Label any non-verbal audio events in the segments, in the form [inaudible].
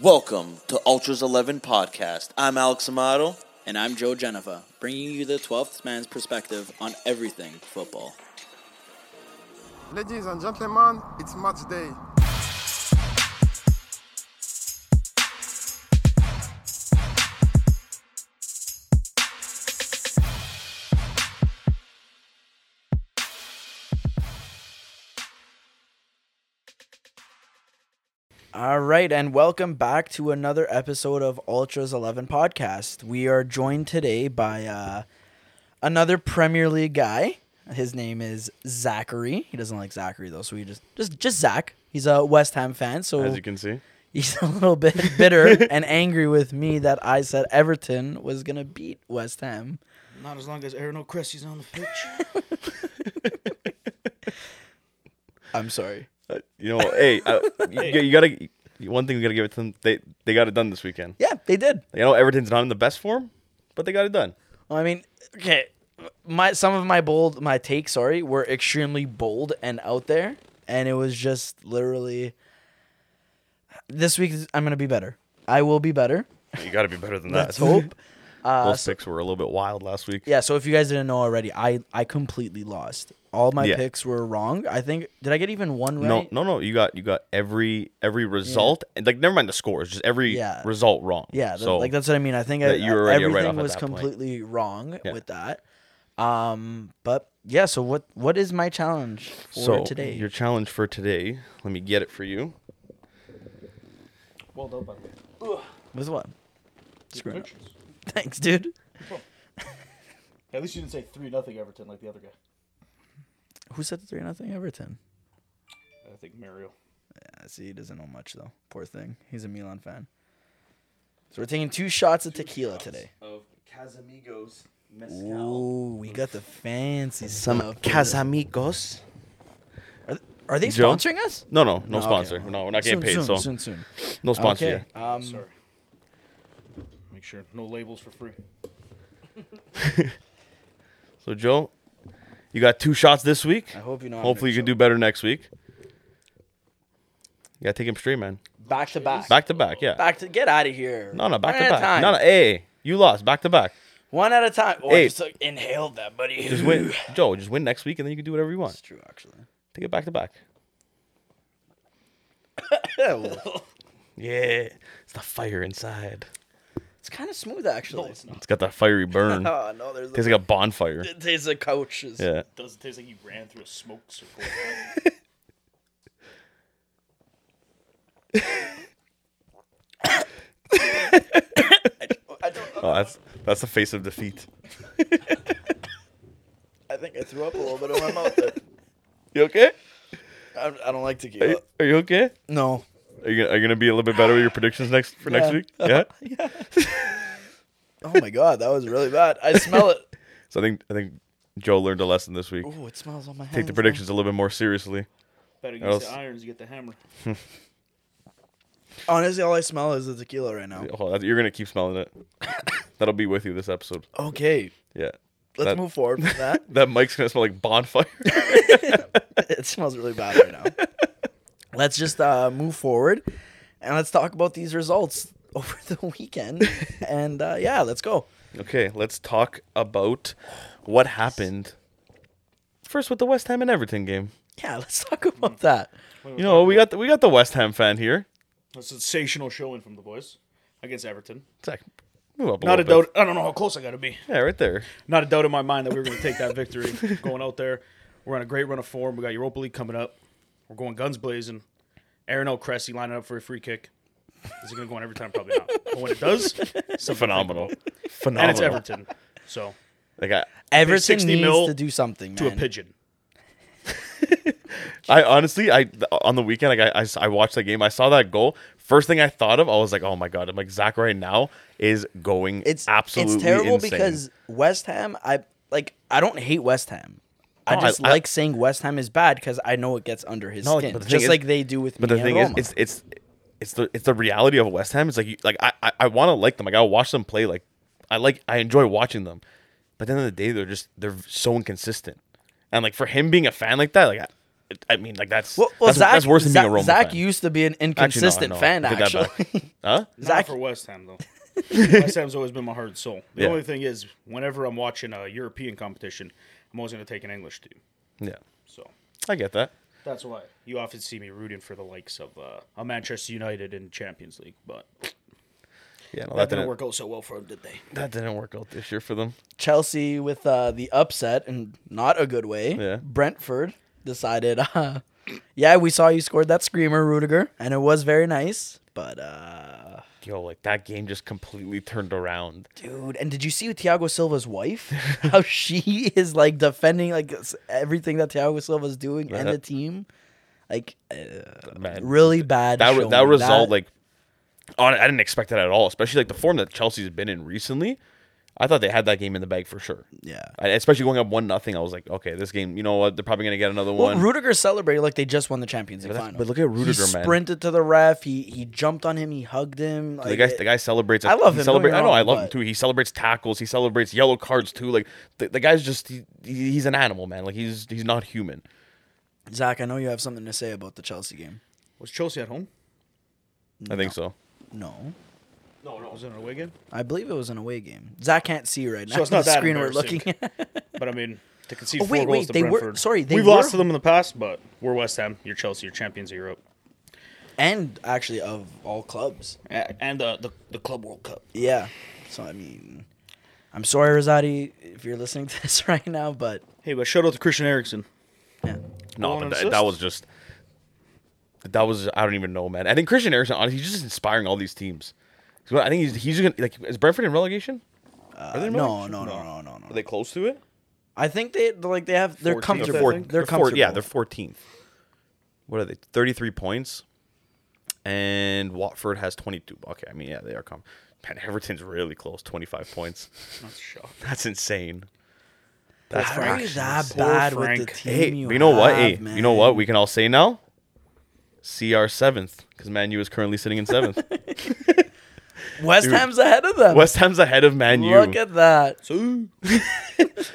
Welcome to Ultras 11 Podcast. I'm Alex Amato. And I'm Joe Geneva, bringing you the 12th man's perspective on everything football. Ladies and gentlemen, it's match day. All right, and welcome back to another episode of Ultras 11 podcast. We are joined today by uh, another Premier League guy. His name is Zachary. He doesn't like Zachary though, so we just just just Zach. He's a West Ham fan, so as you can see. he's a little [laughs] bit bitter and angry with me that I said Everton was gonna beat West Ham. Not as long as Aaron O'Cressy's on the pitch. I'm sorry. Uh, You know, hey, [laughs] uh, you, you gotta. One thing we gotta give it to them. They they got it done this weekend. Yeah, they did. You know, Everton's not in the best form, but they got it done. Well, I mean, okay, my some of my bold my takes, sorry, were extremely bold and out there, and it was just literally this week is- I'm gonna be better. I will be better. You gotta be better than that. Let's hope. uh, Those picks were a little bit wild last week. [laughs] Yeah. So if you guys didn't know already, I I completely lost. All my Yeah. picks were wrong. I think did I get even one right? No, no, no. You got you got every every result, and like never mind the scores, just every Yeah. result wrong. Yeah, th- so like that's what I mean. I think I, that you were already right everything off at was that point. completely wrong Yeah. with that. Um, but yeah. So what what is my challenge for so today? Your challenge for today. Let me get it for you. With what? [laughs] Screw it up. Thanks, dude. At least you didn't say three nothing Everton like the other guy. Who said three nothing Everton? I think Mario. Yeah, Uh, see, he doesn't know much though. Poor thing. He's a Milan fan. So we're taking two shots of tequila today. Of Casamigos Ooh, we got the fancy Some stuff. Casamigos. Are they Joe? sponsoring us? No, no, no, okay. sponsor. No, we're not getting Soon, paid. soon, so soon, soon. no sponsor. Okay. here. Um, Sorry. Make sure no labels for free. So Joe, you got two shots this week. I hope you know. I'm Hopefully you gonna can do choke. better next week. You gotta take him straight, man. back to back. Back to back, yeah. Back to get out of here. No, no, back One to at a back. time. No, no, hey, you lost. Back to back. One at a time. Oh, I Hey. just like, inhaled that, buddy. Just [laughs] win, Joe. Just win next week, and then you can do whatever you It's want. true, actually. [laughs] Take it back to back. Yeah, it's the fire inside. It's kind of smooth, actually. No, it's not. It's got that fiery [laughs] burn. Oh, no, there's Tastes like a bonfire. It tastes like couches. Yeah. It does taste like you ran through a smoke [laughs] circle. I, don't, Oh, that's that's the face of defeat. [laughs] I think I threw up a little bit in my mouth. There. You okay? I, I don't like Are tequila. you, are you okay? No. Are you gonna, are you gonna be a little bit better with your predictions next for next Yeah. [laughs] week? Yeah. Oh my god, that was really bad. I smell it. [laughs] So I think I think Joe learned a lesson this week. Ooh, it smells on my hands. Take the now. predictions a little bit more seriously. Better Or use else- the irons, you get the hammer. Honestly, all I smell is the tequila right now. Oh, that- you're gonna keep smelling it. That'll be with you this episode. Okay, Yeah. let's That- move forward from [laughs] that. That mic's gonna smell like bonfire. it smells really bad right [laughs] now. let's just uh, move forward and let's talk about these results [laughs] over the [laughs] weekend. and uh, yeah, let's go. okay, let's talk about what happened. First with the West Ham and Everton game. Yeah, let's talk about that. You know, we got the, we got the West Ham fan here. A sensational showing from the boys against Everton. Zach, move up a Not a little doubt. I don't know how close I got to be. bit. Yeah, right there. Not a doubt in my mind that we were going to take that [laughs] victory. going out there, we're on a great run of form. We got Europa League coming up. We're going guns blazing. Aaron O'Cressy lining up for a free kick. Is it going to go in every time? Probably not. But when [laughs] it does, it's Phenomenal. Phenomenal. and it's Everton. So Like I, Everton 60 needs mil to do something, man. to a pigeon. I honestly, I on the weekend, like I, I s- I watched that game. I saw that goal. First thing I thought of, I was like, oh my god! I'm like Zach right now is going. It's absolutely It's terrible insane. because West Ham. I like. I don't hate West Ham. I No, just I- I- like saying West Ham is bad because I know it gets under his No, like, skin, but the thing just is- like they do with. But the me and thing is, Roma. it's it's it's the it's the reality of West Ham. It's like you, like I I, I want to like them. Like I watch them play. Like I like I enjoy watching them. But at the end of the day, they're just they're so inconsistent. And like for him being a fan like that, like I, I mean, like that's Well, well that's, Zach, that's worse than Zach, being a Roma Zach fan. used to be an Actually, no, inconsistent no, I fan, take that actually. back. huh? Zach- Not for West Ham though. West Ham's always been my heart and soul. The Yeah. only thing is, whenever I'm watching a European competition, I'm always going to take an English team. Yeah, So I get that. that's why you often see me rooting for the likes of uh, a Manchester United in Champions League, but Yeah, no, that didn't work out so well for them, did they? That didn't work out this year for them. [laughs] Chelsea with uh, the upset and not a good way. Yeah. Brentford decided, [laughs] uh, yeah, we saw you scored that screamer, Rudiger, and it was very nice. But uh, Yo, like that game just completely turned around. dude, and did you see Thiago Silva's [laughs] wife? How she is like defending like s- everything that Thiago Silva's doing and Yeah. the team, like uh, Man, really bad. that re- showing. that result, like, on, I didn't expect that at all. Especially like the form that Chelsea's been in recently. I thought they had that game in the bag for sure. yeah. I, especially going up one nothing, I was like, okay, this game. You know what? They're probably gonna get another Well, one. Rudiger celebrated like they just won the Champions League But that's- final. but look at Rudiger, he man. sprinted to the ref. He he jumped on him. He hugged him. the Like, guy, it- the guy celebrates. I love he him, don't Celebrate, get I me know, I wrong, love him but- too. He celebrates tackles. He celebrates yellow cards too. Like the, the guy's just he, he- he's an animal, man. Like he's he's not human. Zach, I know you have something to say about the Chelsea game. Was Chelsea at home? I think so. No, No, no. Was it an away game? I believe it was an away game. Zach can't see right now. So it's not the that screen we're embarrassing. looking at. But I mean, to concede Oh, four wait, goals wait, to they were- Brentford. sorry, they we've were- lost to them in the past, but we're West Ham. You're Chelsea. You're champions of Europe, and actually, of all clubs, A- and uh, the the Club World Cup. yeah. So I mean, I'm sorry, Rosati, if you're listening [laughs] to this right now, but Hey, but shout out to Christian Eriksen. yeah. No, Goal but and that, assist. that was just that was I don't even know, man. I think Christian Eriksen, honestly, he's just inspiring all these teams. So I think he's he's gonna like is Brentford in relegation? Are they in no, relegation? Uh, no, no, no, no, no. Are they close to it? I think they like they have they're 14th, I comfortable. four- think. they're four- comfortable. yeah, they're fourteenth. What are they? Thirty three points, and Watford has twenty two. Okay, I mean yeah, they are com Man, Everton's really close, twenty five points. [laughs] That's shock. That's insane. That's How are you Frank. that Poor bad with Frank. the team? Hey, you, you, know what? have, Hey, man. you know what? We can all say now. CR seventh because Man U is currently sitting [laughs] in seventh. [laughs] West Ham's ahead of them. West Ham's ahead of Man U. Look at that.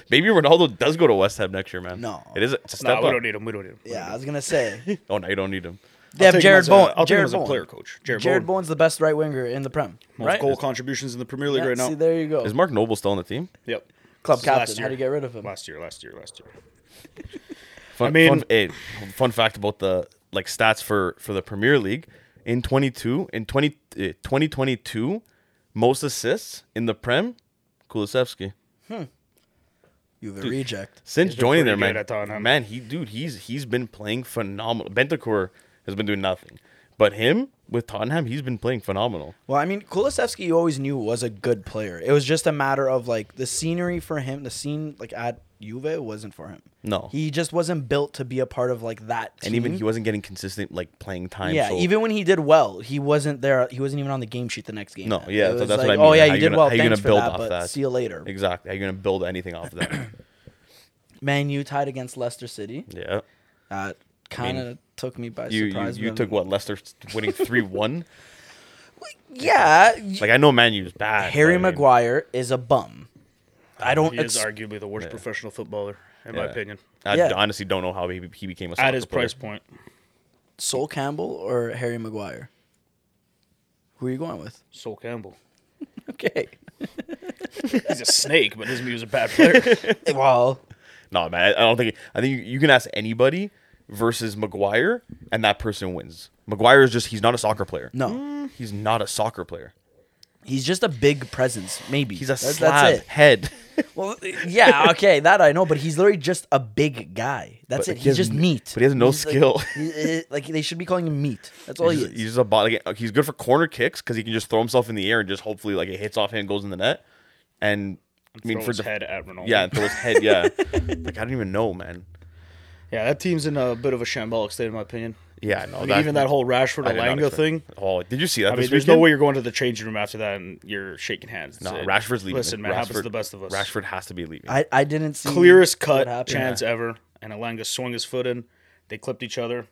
Maybe Ronaldo does go to West Ham next year, man. No. it is it's a step Nah, we up. don't need him. We don't need him. Yeah, I was gonna say oh no, you don't need him. they have Jared Bowen. I'll take him Jared as a Bowen. player coach. Jared, Jared Bowen. Bowen's the best right winger in the Prem. Most right? goal contributions in the Premier League Yeah, right now. See, there you go. Is Mark Noble still on the team? Yep. Club This is last captain. How do you get year. rid of him? Last year, last year, last year. Fun, I mean- fun, eh, fun fact about the like stats for for the Premier League in 22 in 20 eh, 2022 most assists in the Prem Kulusevski. You have a reject. Since He's been joining pretty there, man, good at Tottenham. man, he dude, he's he's been playing phenomenal. Bentancur has been doing nothing, but him with Tottenham, he's been playing phenomenal. Well, I mean, Kulisevsky you always knew was a good player. It was just a matter of like the scenery for him. The scene like at Juve wasn't for him. No. he just wasn't built to be a part of like that. Team. And even he wasn't getting consistent like playing time. Yeah, so- even when he did well, he wasn't there. He wasn't even on the game sheet the next game. No, It yeah, was that's what I like, mean. Oh yeah, How you you did gonna- well. how you gonna Thanks for build that, off but that? see you later. exactly, how you gonna build anything off [clears throat] of that? Man, you tied against Leicester City. yeah, That kind of took me by you you, surprise. you but- [laughs] took what Leicester winning three one. Yeah, Like I know Man U's bad. Harry but I mean, Maguire is a bum. I don't. He is ex- arguably the worst professional footballer, in my yeah. opinion. I Yeah. honestly don't know how he, he became a soccer At his player. price point, Sol Campbell or Harry Maguire? Who are you going [laughs] with? Sol Campbell. Okay. He's a snake, but doesn't mean he was a [laughs] bad player. Well, No man, I, I don't think. I think you, you can ask anybody versus Maguire, and that person wins. Maguire is just he's not a soccer player. no. he's not a soccer player. He's just a big presence, maybe. He's a That's- slab That's it. head. Well, yeah, okay, that I know, but he's literally just a big guy. That's But it. he He's has just n- meat. but he has no He's like- skill. [laughs] he- he- like they should be calling him meat. That's all he's, he just- is. he's just a body. like, uh, he's good for corner kicks because he can just throw himself in the air and just hopefully like it hits off him and goes in the net. And I mean Throw for his the head at Ronaldo. yeah, and throw his head. [laughs] Yeah, like I don't even know, man. yeah, that team's in a bit of a shambolic state, in my opinion. Yeah, no. I mean, even that whole Rashford I did not Alanga expect- thing. Oh, did you see that? I this mean, there's weekend? no way you're going to the changing room after that and you're shaking hands. No, It- Rashford's leaving. Listen, man, Rashford, happens to the best of us. Rashford has to be leaving. I, I didn't see clearest what cut happened. chance ever, and Alanga swung his foot in. They clipped each other.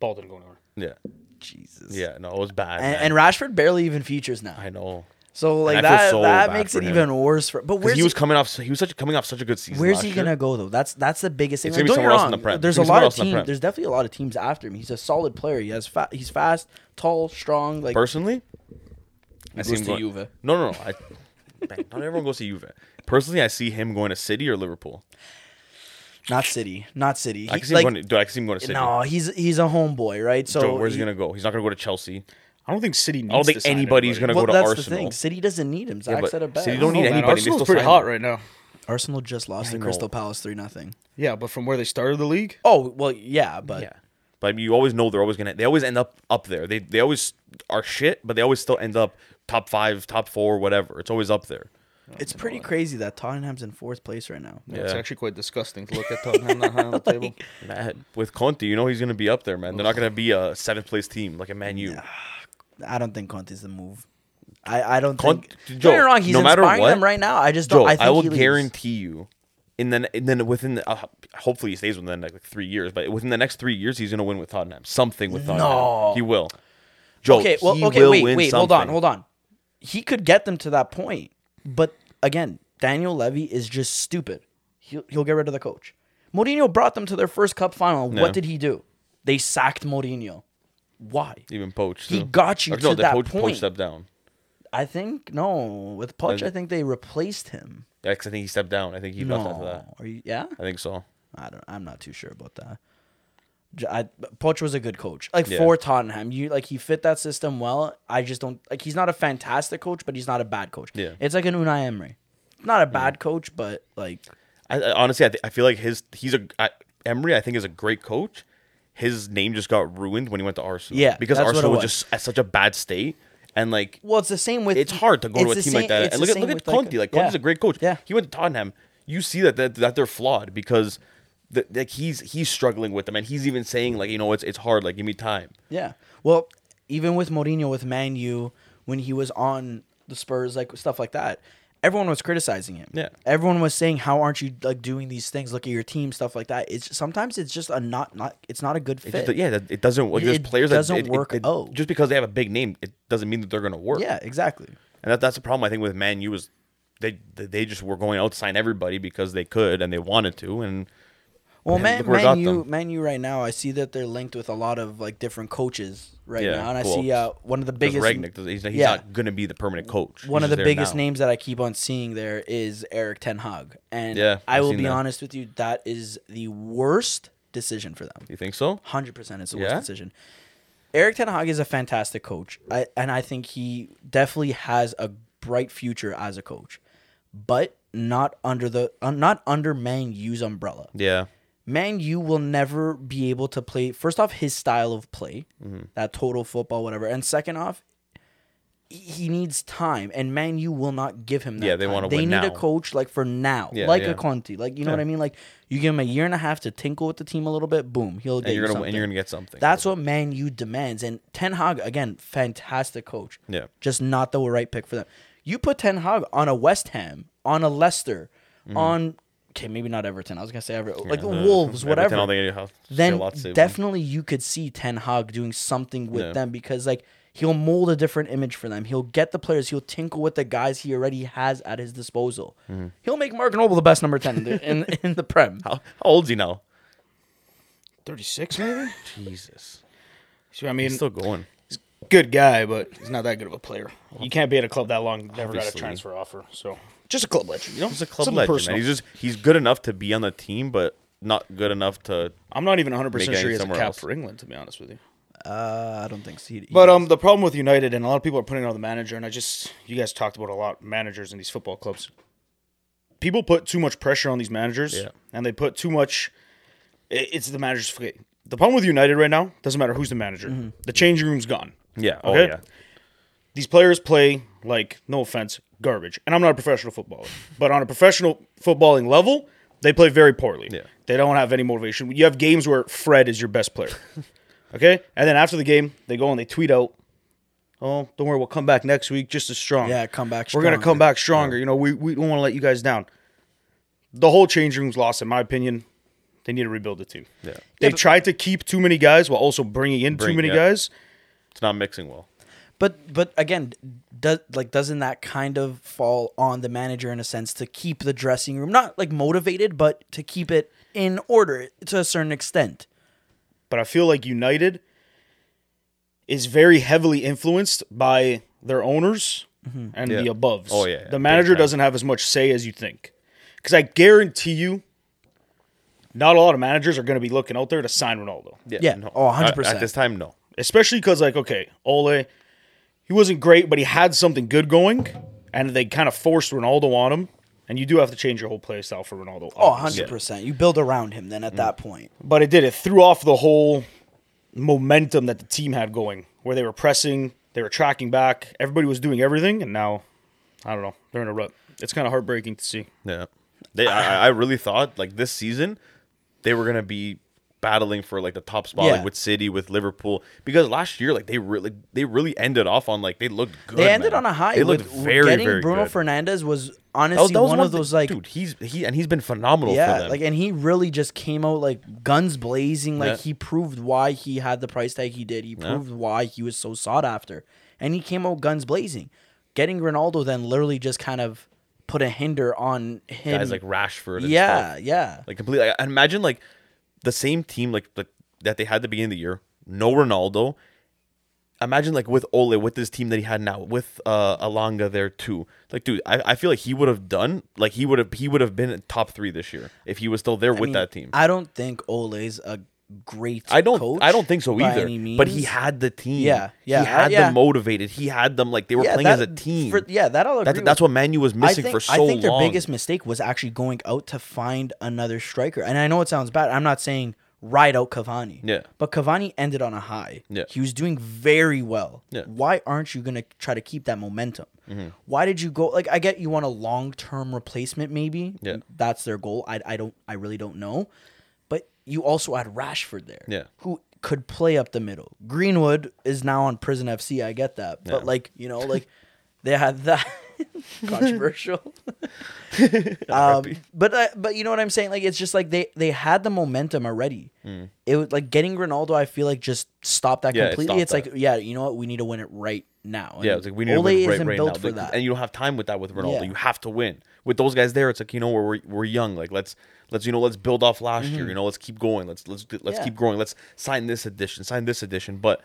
Ball didn't go nowhere. yeah, Jesus. yeah. No, it was bad. And, man. and Rashford barely even features now. I know. So like I feel that so that bad makes for it him. even worse for. But Because where's he was he- coming off, he was such coming off such a good season. Where's last he year. gonna go though? That's that's the biggest thing. It's Like, gonna don't get me be somewhere else in wrong. the Prem. There's It's gonna a be lot somewhere of else in the teams. Prem. There's definitely a lot of teams after him. He's a solid player. He has fa- he's fast, tall, strong. Like Personally, I He see goes him to going. Juve. No, no, no. I, man, not everyone goes to Juve. Personally, I see him going to City or Liverpool. not city, not city. I He- can see like, him going. To, dude, I can see him going to City. no, he's he's a homeboy, right? So Joe, where's he he- gonna go? He's not gonna go to Chelsea. I don't think City. Needs I don't think to sign anybody's anybody. gonna go Well, to that's Arsenal. the thing. City doesn't need him. Zach but said it best. City don't I don't need know, man. anybody. They Arsenal's still pretty sign hot him. right now. Arsenal just lost to know. Crystal Palace three nothing. Yeah, but from where they started the league, Oh well, yeah, but Yeah. But I mean, you always know they're always gonna. They always end up up there. They they always are shit, but they always still end up top five, top four, whatever. It's always up there. it's pretty crazy that Tottenham's in fourth place right now. yeah. it's Yeah. actually quite disgusting to look at Tottenham [laughs] that high on the table. Man, with Conte, you know he's gonna be up there, man. They're not gonna be a seventh place team like a Man U. I don't think Conte's the move. I, I don't Conte- think. Joe, don't get me wrong, he's no matter inspiring what- them right now. I just don't. Joe, I, I, think will he leaves. guarantee you, and then and then within the, uh, hopefully he stays within like, like three years, but within the next three years he's gonna win with Tottenham. Something with Tottenham, No. he will. Joe, okay, well, he okay, will wait, win wait, hold on, something. hold on. He could get them to that point, but again, Daniel Levy is just stupid. He'll he'll get rid of the coach. Mourinho brought them to their first cup final. Yeah. What did he do? They sacked Mourinho. Why? Even poached. He got you to the that poach, point. Poach stepped down. I think no. With Poch, Uh, I think they replaced him. Yeah, 'cause I think he stepped down. I think he left after No, that. are you? Yeah, I think so. I don't. I'm not too sure about that. J- I, but Poch was a good coach, like Yeah. for Tottenham. You like he fit that system well. I just don't like. He's not a fantastic coach, but he's not a bad coach. Yeah. it's like an Unai Emery. Not a bad coach, but like I, I honestly, I, th- I feel like his he's a I, Emery. I think is a great coach. His name just got ruined when he went to Arsenal. Yeah, because that's what Arsenal it was. was. just at such a bad state, and like well, it's the same with. it's hard to go to a it's the team same- like that. it's the And look at same look at with, like, Conte. Like yeah. Conte's a great coach. Yeah, he went to Tottenham. You see that that, that they're flawed because th- like he's he's struggling with them, and he's even saying like you know it's it's hard. Like give me time. Yeah. Well, even with Mourinho with Man U when he was on the Spurs, like stuff like that, everyone was criticizing him. Yeah. Everyone was saying, "How aren't you like doing these things? Look at your team, stuff like that." It's sometimes it's just a not not it's not a good It fit. just, yeah, that- it doesn't. Like, It- there's it players that- doesn't it- it- work it- out. just because they have a big name, it doesn't mean that they're gonna work. Yeah, exactly. And that, that's the problem I think with Man U is they they- they just were going out to sign everybody because they could and they wanted to and Well, And Man, look where it got Man U, them. Man U right now, I see that they're linked with a lot of like different coaches right Yeah, now, and I cool. see uh, one of the 'cause biggest Rangnick does- he's, he's yeah. not gonna be the permanent coach. one He's of just the there biggest now. names that I keep on seeing there is Eric Ten Hag, and Yeah, I I've will seen be that. honest with you, that is the worst decision for them. You think so? Hundred percent, it's the worst Yeah? decision. Eric Ten Hag is a fantastic coach, I, and I think he definitely has a bright future as a coach, but not under the uh, not under Man U's umbrella. Yeah. Man U will never be able to play. First off, his style of play, Mm-hmm. that total football, whatever, and second off, he needs time, and Man U will not give him that. Yeah, they time. wanna They win need a now. coach like for now, Yeah, like yeah. a Conte, like you know Yeah. what I mean. Like you give him a year and a half to tinkle with the team a little bit, boom, he'll get And you're you gonna something. and you're gonna get something. That's what Man U demands, and Ten Hag again, fantastic coach. Yeah. just not the right pick for them. You put Ten Hag on a West Ham, on a Leicester, Mm-hmm. on okay, maybe not Everton. I was gonna say Everton, like the Uh, Wolves, [laughs] Everton, whatever I don't think they have- still then a lot to say. definitely you could see Ten Hag doing something with Yeah. them because like he'll mold a different image for them. He'll get the players. He'll tinkle with the guys he already has at his disposal. He'll make Mark Noble the best number ten in the, in, [laughs] in the Prem. Mm-hmm. how, how old's he now? Thirty six, maybe. Jesus. So, I mean, He's still going. good guy, but he's not that good of a player. You can't be at a club that long. Never got Obviously. a transfer offer, so just a club legend. You know, He's a club Something legend. personal. Man. He's just he's good enough to be on the team, but not good enough to I'm not even 100 percent Make sure it he has a somewhere cap else. for England, to be honest with you. Uh, I don't think so. He- But um, the problem with United and a lot of people are putting it on the manager, and I just you guys talked about a lot managers in these football clubs. People put too much pressure on these managers, Yeah. and they put too much. i- It's the manager's fault. The problem with United right now doesn't matter who's the manager. Mm-hmm. The changing room's gone. Yeah. Oh Okay. yeah. These players play like no offense, garbage. And I'm not a professional footballer, but on a professional footballing level, they play very poorly. Yeah. They don't have any motivation. You have games where Fred is your [laughs] best player. Okay? And then after the game, they go and they tweet out, "Oh, don't worry, we'll come back next week just as strong." Yeah, come back We're going to stronger. come back stronger. You know, we we don't want to let you guys down. The whole change room's lost in my opinion. They need to rebuild the team. Yeah. They tried to keep too many guys while also bringing in Bring- too many yeah. guys. It's not mixing well. But but again, does like doesn't that kind of fall on the manager in a sense to keep the dressing room not like motivated, but to keep it in order to a certain extent? but I feel like United is very heavily influenced by their owners and Mm-hmm. Yeah. the aboves. Oh, yeah, yeah, the big manager time. doesn't have as much say as you think, because I guarantee you, not a lot of managers are going to be looking out there to sign Ronaldo, Yeah. Oh, 100%. At, at this time, no. especially because like okay, Ole, he wasn't great, but he had something good going, and they kind of forced Ronaldo on him. And you do have to change your whole play style for Ronaldo. Oh, obviously. 100%. You build around him Mm. then at that point. but it did. It threw off the whole momentum that the team had going, where they were pressing, they were tracking back, everybody was doing everything, and now I don't know, they're in a rut. It's kind of heartbreaking to see. Yeah. They, I, I really thought like this season, they were gonna be battling for like the top spot like, Yeah. with City, with Liverpool, because last year like they really they really ended off on like they looked good. They ended man. on a high. They with looked very getting very Bruno good. Fernandez was That was- honestly that was one, of thing- those like dude, he's he and he's been phenomenal for yeah, them. like and he really just came out like guns blazing. Like Yeah. he proved why he had the price tag he did. He proved why he was so sought after, and he came out guns blazing. Getting Ronaldo then literally just kind of put a hinder on him. guys like Rashford. And stuff. yeah, yeah, Like completely. I I imagine like the same team like the, that they had at the beginning of the year. No Ronaldo. Imagine like with Ole, with this team that he had now, with uh Alanga there too. Like, dude, I, I feel like he would have done like he would have he would have been in top three this year if he was still there with I mean, that team. I, I don't think Ole's a great. don't coach I don't think so by either. any means. But he had the team. Yeah, yeah, He had yeah. them motivated. He had them like they were Yeah, playing as a that- team. for- yeah, that I'll agree that's, with. that's what Manu was missing I think, for so I think their long. [laughs] biggest mistake was actually going out to find another striker. And I know it sounds bad. I'm not saying ride out Cavani. Yeah. But Cavani ended on a high. Yeah. He was doing very well. Yeah. Mm-hmm. Why aren't you going to try to keep that momentum? Why did you go? Like, I get you want a long term replacement, maybe. Yeah. That's their goal. I, I don't. I really don't know. But you also had Rashford there. Yeah. Who could play up the middle. Greenwood is now on Prison FC. I get that. But like, you know, like [laughs] they had that controversial. [laughs] um, but uh, but you know what I'm saying? Like it's just like they they had the momentum already. It was like getting Ronaldo. I feel like just stopped that Mm. Yeah, it completely. stopped it's that. like yeah, you know what? We need to win it right now. Yeah, And it's like we need Ole to win right, isn't right built now. for Like, that. And you don't have time with that with Ronaldo. Yeah. You have to win. With those guys there, it's like, you know, we're we're young. Like let's let's you know, let's build off last year, you know, let's keep going. Let's let's let's Mm-hmm. Yeah. keep growing. Let's sign this edition, sign this edition. But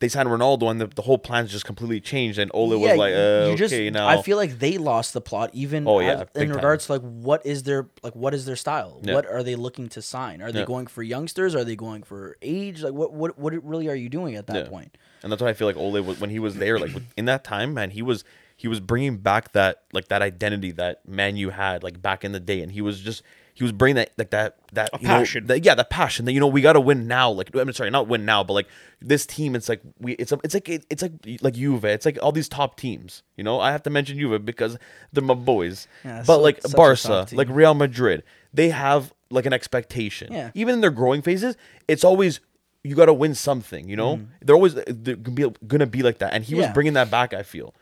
they signed Ronaldo and the, the whole plan's just completely changed and Ole was like, you- uh, you just- okay, now I feel like they lost the plot even Oh, yeah, as- big in time. regards to like what is their like what is their style? Yeah. What are they looking to sign? Are they Yeah. going for youngsters? Are they going for age? Like what what what really are you doing at that Yeah. point? And that's why I feel like Ole was when he was there, like with- in that time, man, he was he was bringing back that like that identity that man you had like back in the day, and he was just he was bringing that like that that you know, passion. that- yeah, that passion that you know we got to win now. Like I'm sorry, not win now, but like this team, it's like we it's a, it's like it, it's like like Juve, it's like all these top teams. You know, I have to mention Juve because they're my boys. Yeah, but so- like such a Barca, top team. like Real Madrid, they have like an expectation. Yeah. Even in their growing phases, it's always you got to win something. You know, they're always they're gonna be, gonna be like that, and he Mm. Yeah. was bringing that back. I feel,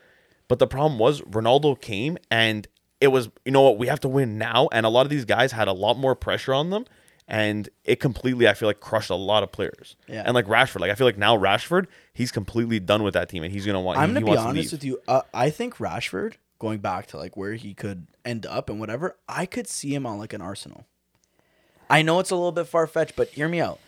but the problem was Ronaldo came and it was you know what we have to win now, and a lot of these guys had a lot more pressure on them, and it completely I feel like crushed a lot of players. Yeah. And like Rashford, like I feel like now Rashford, he's completely done with that team, and he's gonna want. I'm he, gonna he be wants to honest leave. with you. Uh, I think Rashford going back to like where he could end up and whatever. I could see him on like an Arsenal. I know it's a little bit far fetched, but hear me out.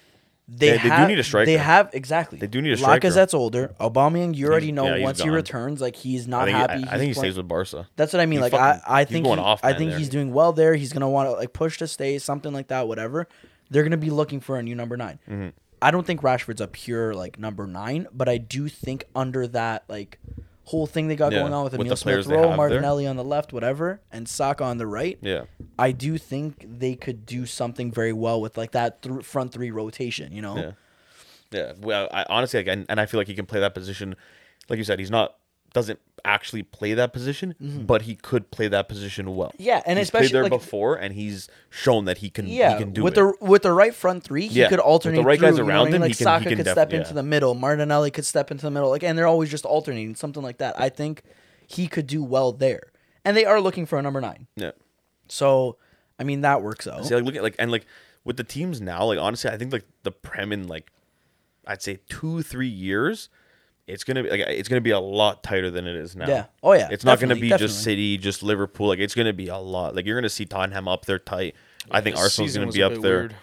They, Yeah, they do have, need a striker. They have exactly. They do need a striker. Lacazette's older. Aubameyang, you already know yeah, he's once he gone. returns, like he's not I think, happy. he, he's I- I, think he playing- stays with Barca. That's what I mean. He like fucking- I, I he's think going he- off, I man, think there. he's doing well there. He's gonna want to like push to stay, something like that, whatever. They're gonna be looking for a new number 9 Mm-hmm. I don't think Rashford's a pure like number nine, but I do think under that like whole thing they got Yeah, going on with with the Emil players Smith they Rowe, have there. Martinelli on the left, whatever, and Saka on the right. Yeah. I do think they could do something very well with like that thr front three rotation. You know, Yeah. Yeah. Well, I honestly like, and, and I feel like he can play that position. Like you said, he's not doesn't actually play that position, but he could play that position well. Mm-hmm. Yeah, and he's especially, played there like- before, and he's shown that he can. Yeah, he can do with it. the with the right front three, he Yeah, could with the alternate. right through, guys you know around what I mean? him, Like he can- Saka he could can step def- into yeah. the middle. Martinelli could step into the middle. Like, and they're always just alternating, something like that. I think he could do well there, and they are looking for a number nine. yeah. So, I mean, that works out. See, like look at like and like with the teams now, like honestly, I think like the Prem in like I'd say two three years it's gonna be like it's gonna be a lot tighter than it is now. Yeah. Oh, yeah. It's not gonna Definitely, be just definitely. City, just Liverpool. Like it's gonna be a lot. Like you're gonna see Tottenham up there tight. I think This Arsenal's season gonna was be a up bit there. weird.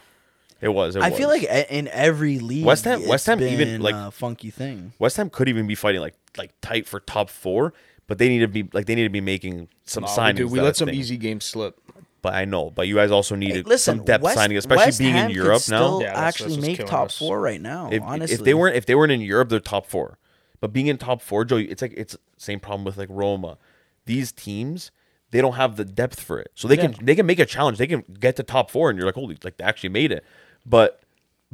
It was. It I was. feel like a- in every league, West Ham- it's West Ham even, been like- a funky thing. West Ham could even be fighting like like tight for top four, but they need to be like they need to be making some Nah, signings. we, do- we that I let some think- easy games slip. But I know. But you guys also Hey, needed listen, some depth West, signing, especially West being Ham in could Europe now. Still Yeah, that's- that's actually what's make killing top us. four right now. If, honestly, if they weren't if they weren't in Europe, they're top four. But being in top four, Joe, it's like it's same problem with like Roma. These teams, they don't have the depth for it, so they can they can make a challenge. They can get to top four, and you're like, holy, like they actually made it. But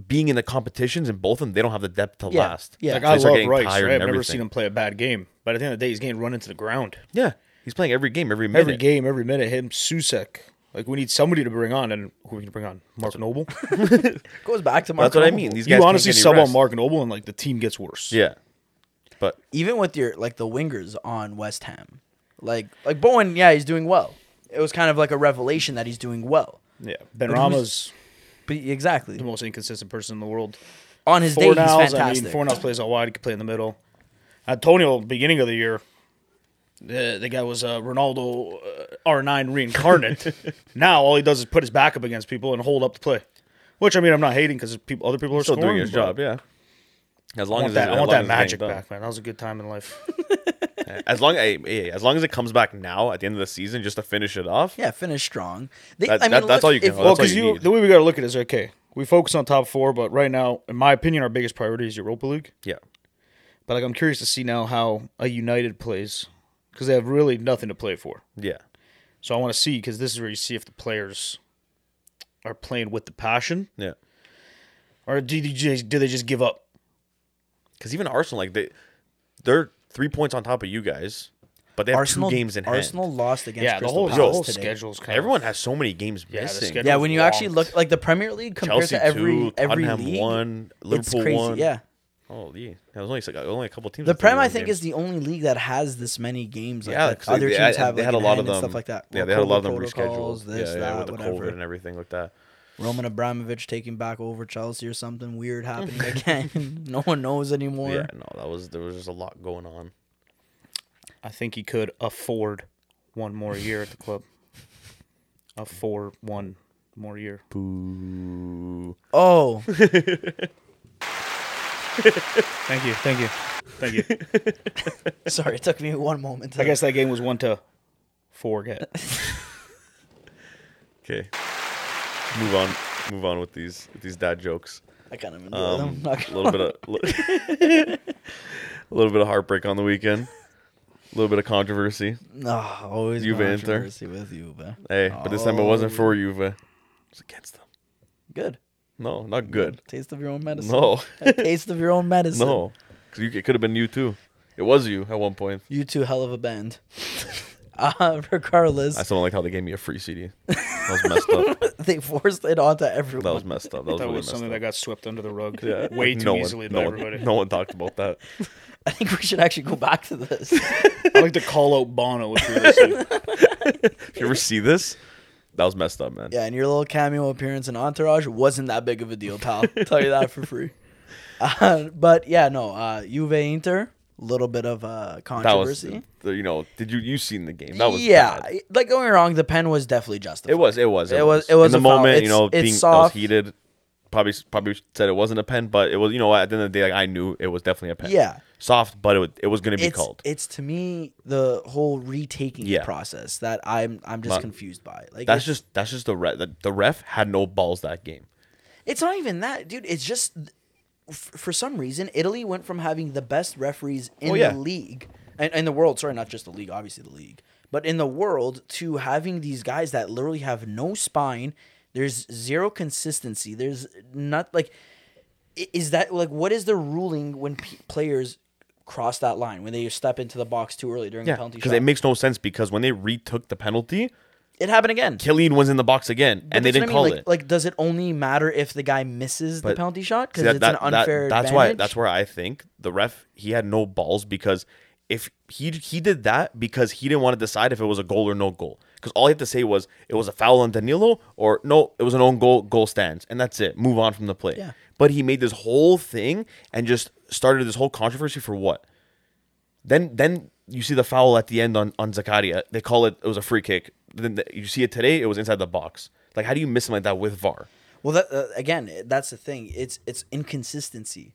being in the competitions and both of them, they don't have the depth to Yeah, last. yeah. So Like they I start love getting Rice. tired Right? I've and never everything. seen him play a bad game, but at the end of the day, he's getting run into the ground Yeah, he's playing every game, every minute. every game, every minute. Him Susek. Like we need somebody to bring on, and who are we gonna bring on? [laughs] Mark Noble. goes back to Marco That's what I Rubio. mean. These guys you can't honestly get any sub on rest. Mark Noble, and like the team gets worse. Yeah, but even with your like the wingers on West Ham, like like Bowen, yeah, he's doing well. It was kind of like a revelation that he's doing well. yeah. But Ben who's- Rama's But exactly the most inconsistent person in the world. on his day, he's Fornals, fantastic. I mean, Fornals plays out wide. He can play in the middle. Antonio, beginning of the year, the, the guy was uh, Ronaldo uh, R9 reincarnate. now all he does is put his back up against people and hold up the play. Which I mean, I'm not hating because people, other people are still scoring, doing his but job. Yeah. As I long want as that, it's- I want as long that as it's magic getting done. back, man. That was a good time in life. As long hey, hey, as long as it comes back now at the end of the season, just to finish it off. yeah, finish strong. They, That- I mean, that- look, that's all you can if- hope. well, all because you you, need. the way we got to look at it is okay. We focus on top four, but right now, in my opinion, our biggest priority is Europa League. Yeah. But like, I'm curious to see now how a United plays because they have really nothing to play for. Yeah. So I want to see because this is where you see if the players are playing with the passion Yeah. or do they just, do they just give up? Because even Arsenal, like they, they're three points on top of you guys, but they have Arsenal two games in hand. Arsenal lost against Yeah, the Crystal whole, the Palace whole today. schedule's kind of Everyone has so many games Yeah, the missing. schedule- Yeah, when you actually Lost. look like the Premier League compared Chelsea to every two, every Tottenham league, one, it's Liverpool crazy. one. Yeah, Oh, yeah. There was only like only a couple teams. the that played Prem I one think game. is the only league that has this many games. Like yeah, that 'cause other they, teams had- have they like, had a in lot hand of them. and stuff like that. Yeah, they had a lot of them COVID protocols, rescheduled. This, yeah, yeah, that, with the whatever. COVID and everything like that. Roman Abramovich taking back over Chelsea or something weird happening again. [laughs] no one knows anymore. Yeah, no, that was there was just a lot going on. I think he could afford one more year at the club. Afford one more year. Boo. Oh, Thank you, thank you, thank you. sorry, it took me one moment. To I guess that game was one to [laughs] forget. Okay, move on. Move on with these with these dad jokes. I kind of enjoy Um, them. a Not gonna little bit [laughs] of a [laughs] little bit of heartbreak on the weekend. A little bit of controversy. No, always Juve Inter. controversy with Juve. Hey, but this time it wasn't for Juve. It was against them. Good. No, not good. Taste of your own medicine. No, A taste of your own medicine. [laughs] no. 'Cause you- it could have been you too. It was you at one point. You two, hell of a band. [laughs] uh, regardless, I still don't like how they gave me a free CD. That was messed [laughs] up. they forced it onto everyone. That was messed up. That was, That really was something messed up. that got swept under the rug Yeah. way too no easily one, by no everybody. One, no one talked about that. I think we should actually go back to this. [laughs] I like to call out Bono if you're listening. If you ever see this, that was messed up, man. yeah, and your little cameo appearance in Entourage wasn't that big of a deal, pal. Tell you that for [laughs] free. Uh, but yeah, no, uh, Juve Inter, a little bit of uh, that was. controversy. You know, did you you seen the game? That was yeah, bad. like don't get me wrong, the pen was definitely justified. It was. It was. It was- it was in the a foul. moment. It's- you know, it's being soft. I was heated. Probably probably said it wasn't a pen, but it was. You know what? At the end of the day, like, I knew it was definitely a pen. Yeah. Soft, but it was, it was going to be It's, called. it's to me the whole retaking Yeah. process that I'm I'm just But- confused by. Like that's it's- just that's just the ref. The, the ref had no balls that game. It's not even that, dude. It's just f- for some reason Italy went from having the best referees in Oh, yeah. the league and in the world. Sorry, not just the league, obviously the league, but in the world to having these guys that literally have no spine. There's zero consistency. There's not like, i- is that like what is the ruling when p- players cross that line when they step into the box too early during a Yeah, penalty because shot? it makes no sense. Because when they retook the penalty, it happened again. Killian was in the box again, But and they that's what I didn't call mean, it. Like, like, does it only matter if the guy misses the But- penalty shot? Because See, that- it's that- an that- unfair. that's why. advantage? That's where I think the ref he had no balls because if he he did that because he didn't want to decide if it was a goal or no goal because all he had to say was it was a foul on Danilo or no it was an own goal goal stands and that's it move on from the play. Yeah. But he made this whole thing and just started this whole controversy for what? Then then you see the foul at the end on on Zakaria. They call it it was a free kick. Then the- you see it today. It was inside the box. Like how do you miss him like that with VAR? Well, that, uh, again, it- that's the thing. It's it's inconsistency.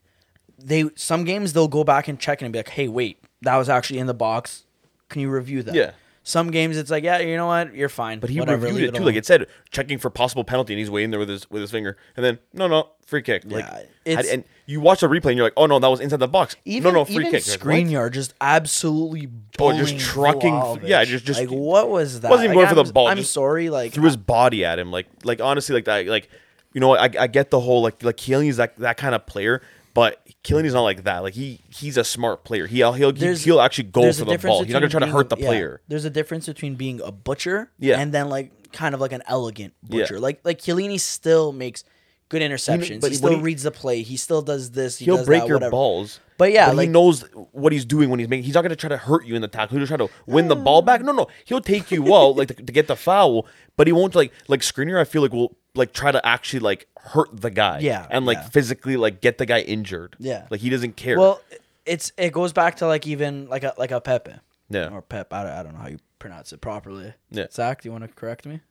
They some games they'll go back and check and be like, "Hey, wait, that was actually in the box. Can you review that?" Yeah. Some games it's like, "Yeah, you know what? You're fine." But he Whatever, reviewed leave it too. alone." Like it said, checking for possible penalty, and he's waiting there with his with his finger, and then no, no, free kick. Like, Yeah, how- it's- and you watch the replay, and you're like, oh no, that was inside the box. even, no, no, free even kick. You're like, Screen what? yard just absolutely Oh, just bullying trucking th- yeah, Vlahovic. just- just- like what was that? wasn't even Like, going for the I'm- ball, I'm just sorry, like threw his body at him. Like like honestly, like that like you know, I, I get the whole like like Keeling is that that kind of player, but Keeling is not like that. Like he he's a smart player. He he'll he'll, There's- he'll actually go there's for a the difference ball. He's not gonna try between to hurt the being- yeah, player. there's a difference between being a butcher, Yeah. and then like kind of like an elegant Yeah. butcher. Like like Chiellini still makes good interceptions. but he when still he- reads the play. He still does this. He He'll does break that, your whatever. balls. But yeah, he like- knows what he's doing when he's making. He's not gonna try to hurt you in the tackle. He'll try to win the ball back. No, no, he'll take you out like to, to get the foul, but he won't like like screener. I feel like will like try to actually like hurt the guy. Yeah, and like yeah. physically like get the guy injured. Yeah. like he doesn't care. Well, it's it goes back to like even like a like a Pepe. Yeah. [laughs] Or Pep. I don't, I don't know how you pronounce it properly. Yeah. Zach, do you want to correct me?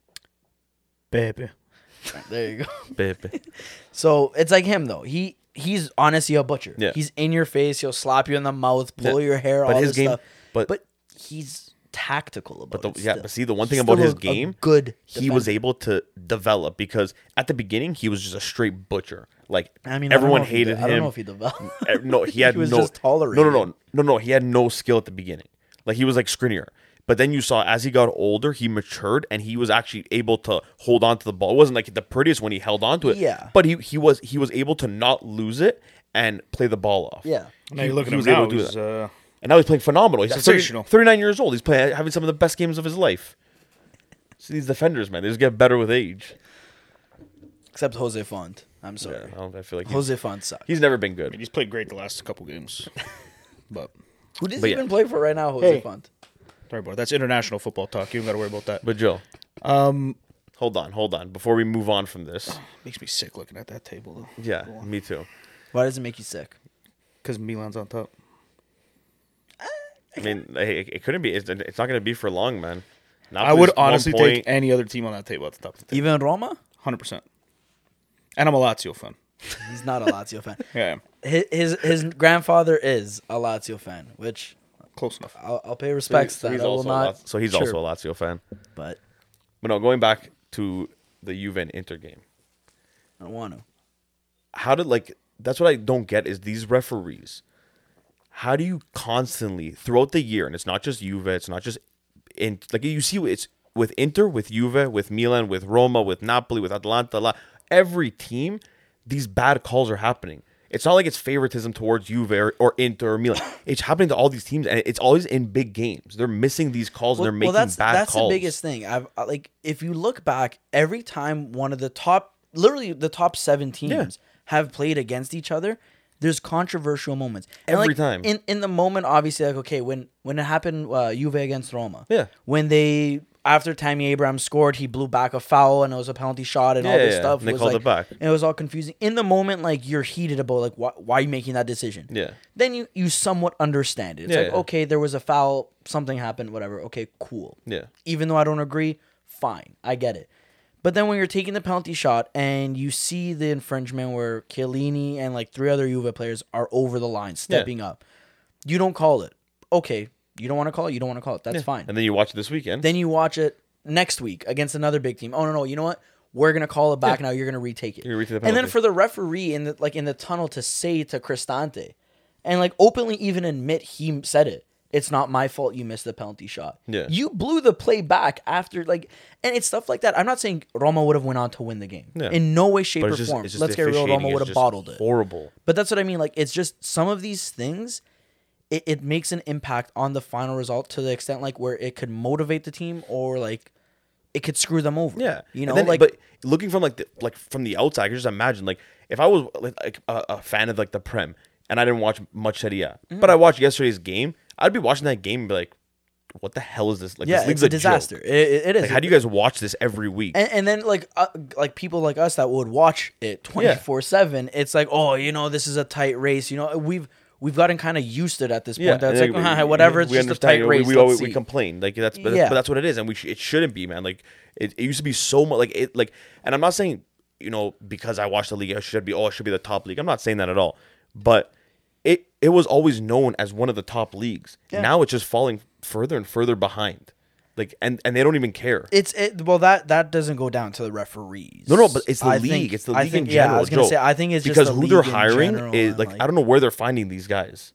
Baby. There you go. Babe. So it's like him though. He he's honestly a butcher. Yeah. He's in your face. He'll slap you in the mouth, pull Yeah. your hair, But all his this game- stuff. but- he's tactical about the- it. yeah, still. but see, the one He's thing about still his a- a game, good. he was defender. able to develop because at the beginning he was just a straight butcher. Like I mean, I don't everyone know if he hated de- him. I don't know if he developed. [laughs] Eh, no, he had was no just tolerated. No, no, no, no, no. He had no skill at the beginning. Like he was like Skriniar. But then you saw as he got older, he matured and he was actually able to hold on to the ball. It wasn't like the prettiest when he held on to it. Yeah. But he he was he was able to not lose it and play the ball off. yeah. Now you look at he him was able now. to do he's, that. uh, And now he's playing phenomenal. He's That's 30 sensational. 39 years old. He's playing having some of the best games of his life. See these defenders, man, they just get better with age. Except Jose Font. I'm Yeah, sorry. I, don't, I feel like he's, Jose Font sucked. he's never been good. he's played great the last couple games. but Who does but he yeah. even play for right now? Jose Hey. Font. sorry about That's international football talk. You don't got to worry about that. But But Joe, um, hold on, hold on. Before we move on from this, makes me sick looking at that table though. yeah, me too. Why does it make you sick? Because Milan's on top. I mean, hey, it, it couldn't be. It's, it's not going to be for long, man. I would Napoli's one honestly point- take any other team on that table at the top of the table. Even Roma? Hundred percent. And I'm a Lazio fan. He's not a Lazio [laughs] fan. Yeah, I am. His, his his grandfather is a Lazio fan, which Close enough. I'll, I'll pay respects So to. he's that. I will also a not. Laz- so he's chirp, also a Lazio fan. But But no, going back to the Juve and Inter game. I don't want to. how did like that's what I don't get is these referees. How do you constantly throughout the year, and it's not just Juve, it's not just in like you see it's with Inter, with Juve, with Milan, with Roma, with Napoli, with Atalanta, la, every team, these bad calls are happening. It's not like it's favoritism towards Juve or, or Inter [coughs] or Milan. It's happening to all these teams, and it's always in big games. They're missing these calls, and they're making that's, bad that's calls. the biggest thing. I've I- like if you look back, every time one of the top, literally the top seven teams have played against each other, there's controversial moments. And, Every like, time. in in the moment, obviously, like okay, when when it happened, uh, Juve against Roma, Yeah. when they. After Tammy Abraham scored, he blew back a foul and it was a penalty shot and all Yeah, this yeah, stuff. and they was called like- it back. and it was all confusing. In the moment, like you're heated about like why, why are you making that decision? Yeah. Then you you somewhat understand it. It's Yeah, like yeah. okay, there was a foul, something happened, whatever. Okay, cool Yeah. even though I don't agree, fine, I get it. But then when you're taking the penalty shot and you see the infringement where Chiellini and like three other Juve players are over the line, stepping up, you don't call it. Okay, you don't want to call it. You don't want to call it. That's fine. And then you watch it this weekend. then you watch it next week against another big team. Oh no, no, you know what? We're gonna call it back now. You're gonna retake it. You're gonna retake the and then penalty. for the referee in the like in the tunnel to say to Cristante, and like openly even admit he said it. It's not my fault you missed the penalty shot. Yeah. You blew the play back after like and it's stuff like that. I'm not saying Roma would have went on to win the game. Yeah. In no way, shape, But or it's just- form. it's just Let's get the real, officiating Roma is would have just bottled it. Horrible. But that's what I mean. Like it's just some of these things, it, it makes an impact on the final result to the extent like where it could motivate the team or like it could screw them over. Yeah, you And know, then- like but looking from like the, like from the outside, I could just imagine like if I was like, like a, a fan of like the Mm-hmm. Prem and I didn't watch much Serie A, but I watched yesterday's game, I'd be watching that game and be like, what the hell is this? Like, yeah, this league's it's a joke. disaster. It, it, it is. Like, how do you guys watch this every week? and, and then like uh, like people like us that would watch it 24/7 it's like oh you know this is a tight race you know we've we've gotten kind of used to it at this point that's like [laughs] and we- "Ah, whatever it's we just a understand, you tight know, race We, we, we always we complain like that's but, Yeah. but that's what it is, and we sh- it shouldn't be, man. Like it, it used to be so much like it like, and I'm not saying you know because I watched the league, I should be oh it should be the top league. I'm not saying that at all, but it it was always known as one of the top leagues. Now it's just falling further and further behind, like and and they don't even care. it's it well that that doesn't go down to the referees No, no, but it's the I league. think- it's the I league think, in general. yeah I was gonna Joe. say I think it's because just the who they're league in hiring general is and, like, I don't know where they're finding these guys.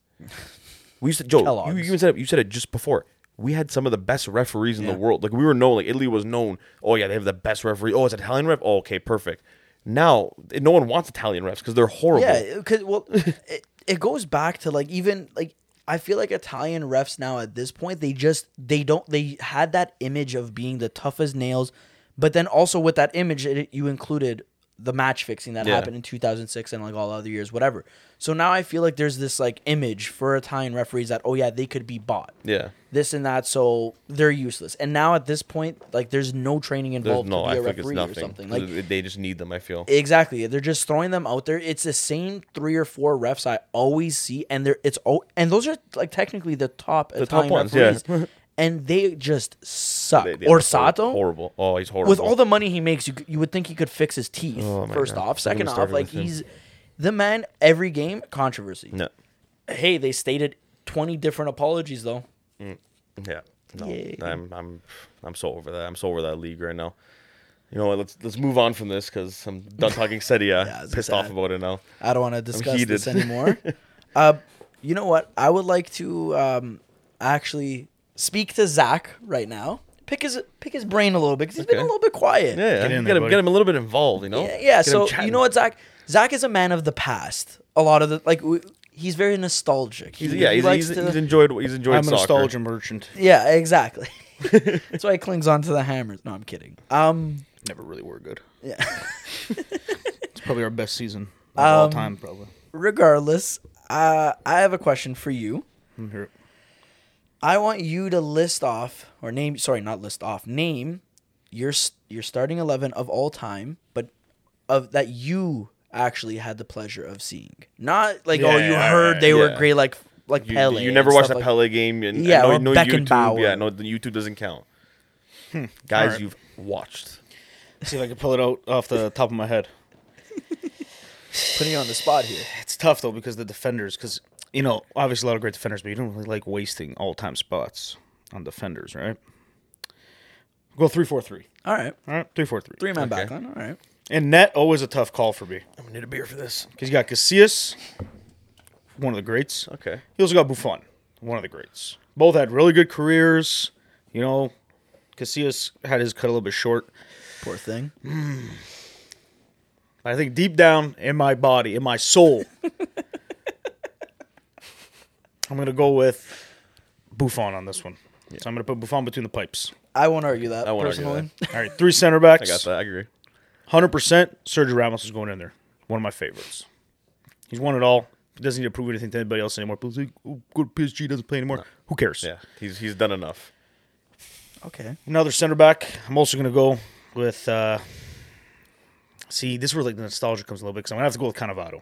We used to Joe, you, Kellogg's. you even said it, you said it just before. We had some of the best referees in the world. Like we were known, like Italy was known. Oh yeah, they have the best referee. Oh, it's Italian ref. Oh, okay, perfect. Now no one wants Italian refs because they're horrible. Yeah, because well, [laughs] it, it goes back to like even like I feel like Italian refs now at this point they just they don't they had that image of being the tough as nails, but then also with that image it, you included the match fixing that Yeah. happened in 2006 and like all other years whatever. So now I feel like there's this like image for Italian referees that oh yeah they could be bought. Yeah. This and that, so they're useless. And now at this point, like there's no training There's involved no, to I be a think it's referee or nothing. something. Like they just need them. I feel. Exactly. They're just throwing them out there. It's the same three or four refs I always see, and they're it's all and those are like technically the top top Italian ones, yeah. referees, [laughs] and they just suck. They- they are Orsato, horrible. Oh, he's horrible. with all the money he makes, you c- you would think he could fix his teeth. Oh, my first God. off, Don't get second me off, started like with him. he's the man. Every game controversy. no, Hey, they stated twenty different apologies though. yeah, no. Yay. I'm, I'm, I'm so over that. I'm so over that league right now. You know what? Let's let's move on from this because I'm [laughs] done talking Serie. A. Yeah, it's pissed off sad. about it now. I don't want to discuss this heated. [laughs] anymore. uh, you know what? I would like to um, actually speak to Zach right now. Pick his pick his brain a little bit because he's been a Okay. little bit quiet. Yeah, yeah. Get Get, in him, there, buddy. get him a little bit involved, you know. yeah. yeah, Get him So you chatting. know what, Zach? Zach is a man of the past. A lot of the like, w- he's very nostalgic. He's, He- yeah, he he's, likes he's, to- he's enjoyed. He's enjoyed I'm a soccer. nostalgia merchant. yeah, [laughs] exactly. That's why he clings on to the hammers. No, I'm kidding. Um, Never really were good. yeah. [laughs] It's probably our best season of all Um, time, probably. Regardless, uh, I have a question for you. I'm here. I want you to list off or name sorry, not list off, name your s- your starting 11 of all time, but of that you actually had the pleasure of seeing. Not like oh you Yeah, heard they were yeah. great like like You, Pele. you and never watched stuff that like- Pele game, and Yeah, no, or no YouTube. Beckenbauer. Hmm, Yeah, no, the YouTube doesn't count. Guys, Alright. you've watched. See if I can pull it out off the top of my head. Putting you on the spot here. It's tough though because the defenders, because you know, obviously a lot of great defenders, but you don't really like wasting all time spots on defenders, right? Go three four three. All right. All right, three four three. Three man back line. All right. And net always a tough call for me I'm gonna need a beer for this. because you got Casillas, one of the greats. Okay. He also got Buffon, one of the greats. Both had really good careers. You know, Casillas had his cut a little bit short. Poor thing. I think deep down in my body, in [laughs] my soul, I'm gonna go with Buffon on this one. So I'm gonna put Buffon between the pipes. I won't argue that I won't argue personally. All right, three [laughs] center I got backs, that. I agree. hundred percent. Sergio Ramos is going in there. One of my favorites. He's won it all. He doesn't need to prove anything to anybody else anymore. People say, "Oh, go to PSG doesn't play anymore." Who cares? Yeah, he's he's done enough. Okay. Another center back. I'm also gonna go with. Uh, see, this is where like the nostalgia comes a little bit because I'm gonna have to go with Cannavaro.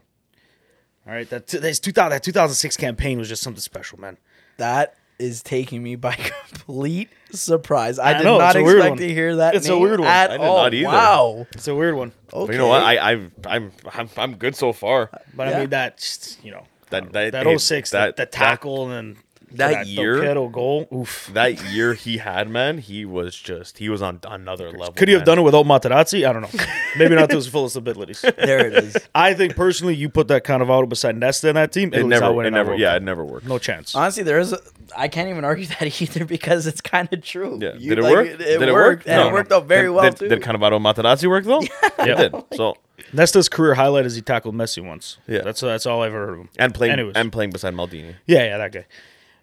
All right, that this 2000 that 2006 campaign was just something special, man. That is taking me by [laughs] complete surprise. I, I did know, not it's a weird expect one. to hear that. It's a name weird one. At I did all. not either. Wow. It's a weird one, Okay. But you know what? I I've, I'm I'm I'm good so far. but Yeah. I mean that just, you know That that that hey, 06 that that, the tackle and then that year- Dokedo goal. Oof. that year he had, man, he was just he was on another level. Could he have man. done it without Materazzi? I don't [laughs] know. Maybe not to his fullest abilities. [laughs] There it is. I think personally, you put that Cannavaro beside Nesta in that team, It Italy's not never, it winning that never, World yeah, Cup. it never worked. no chance. Honestly, there is. A, I can't even argue [laughs] that either because it's kind of true. Yeah, You- did it like, work? It, did worked, and No, it no. worked out very did, well Did, too. did Cannavaro Materazzi work [laughs] though? Yeah, it did. So Nesta's career highlight is he tackled Messi once. Yeah. that's that's all I've ever heard of him. and playing Anyways. and playing beside Maldini. Yeah, yeah, that guy.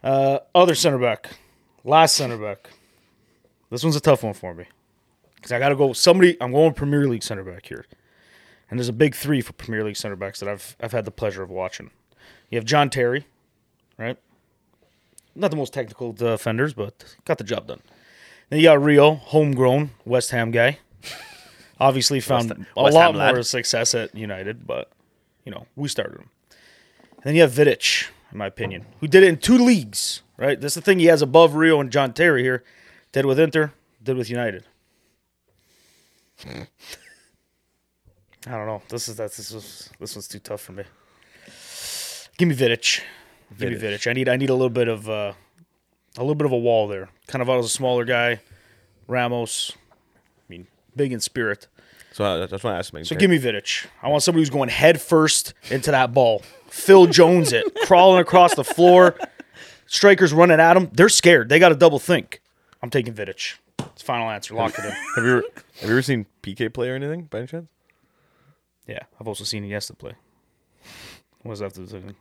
Uh, other center back, last center back. This one's a tough one for me because I got to go. Somebody, I'm going Premier League center back here, and there's a big three for Premier League center backs that I've I've had the pleasure of watching. You have John Terry, right? Not the most technical defenders, but got the job done. Then you got Rio, homegrown West Ham guy. Obviously found West- a West lot Ham lad. more success at United, but you know we started him. And then you have Vidic, in my opinion, who did it in two leagues. Right, that's the thing he has above Rio and John Terry here. Did with Inter, did with United. Hmm. I don't know. This is that's this was this one's too tough for me. Give me Vidic. Give me Vidic. I need I need a little bit of uh, a little bit of a wall there. Kind of out as a smaller guy. Ramos. I mean, big in spirit. So uh, that's why I asked. Him. So give me Vidic. I want somebody who's going head first into that ball. Phil Jones it, [laughs] crawling across the floor. Strikers running at him. They're scared. They got to double think. I'm taking Vidic. It's final answer. Lock [laughs] it in. Have you ever, have you ever seen PK play or anything by any chance? Yeah, I've also seen Iniesta play. What was after the second?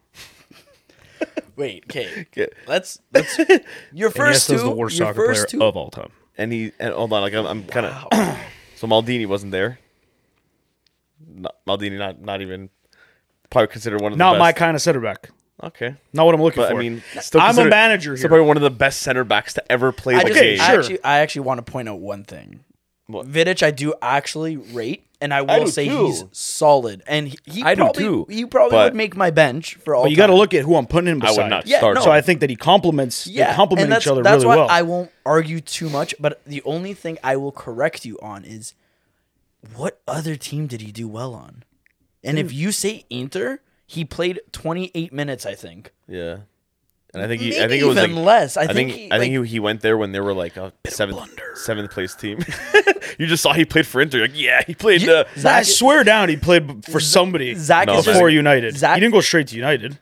Wait, [laughs] okay. Get- Let's let's your first Iniesta's two. the worst your soccer player first two. of all time. And he and hold on, like I'm, I'm kind of. [clears throat] so Maldini wasn't there. No, Maldini not not even probably considered one of the Not best. my kind of center back. Okay, Not what I'm looking but for. I mean, still I'm a considered- manager Still here. probably one of the best center backs to ever play I the just, game. I sure. actually, I actually want to point out one thing. What? Vidic, I do actually rate, and I will do say too. he's solid, and he, he I do probably, too, He probably but- would make my bench for all. but you got to time. look at who I'm putting in I beside. would not Yeah, start. no. him. So I think that he complements. Yeah, they complement and each other that's why really well. I won't argue too much, but the only thing I will correct you on is what other team did he do well on? And if you say Inter, he played 28 minutes, I think. Yeah. And I think he, I Maybe think it was even like, less. I I think think he, I think like- he, he went there when they were like a seventh seventh place team. [laughs] you just saw he played for Inter. You're like, yeah, he played. Uh, I Zach, swear down, he played for somebody Zach No, is man. before United. Zach- he didn't go straight to United.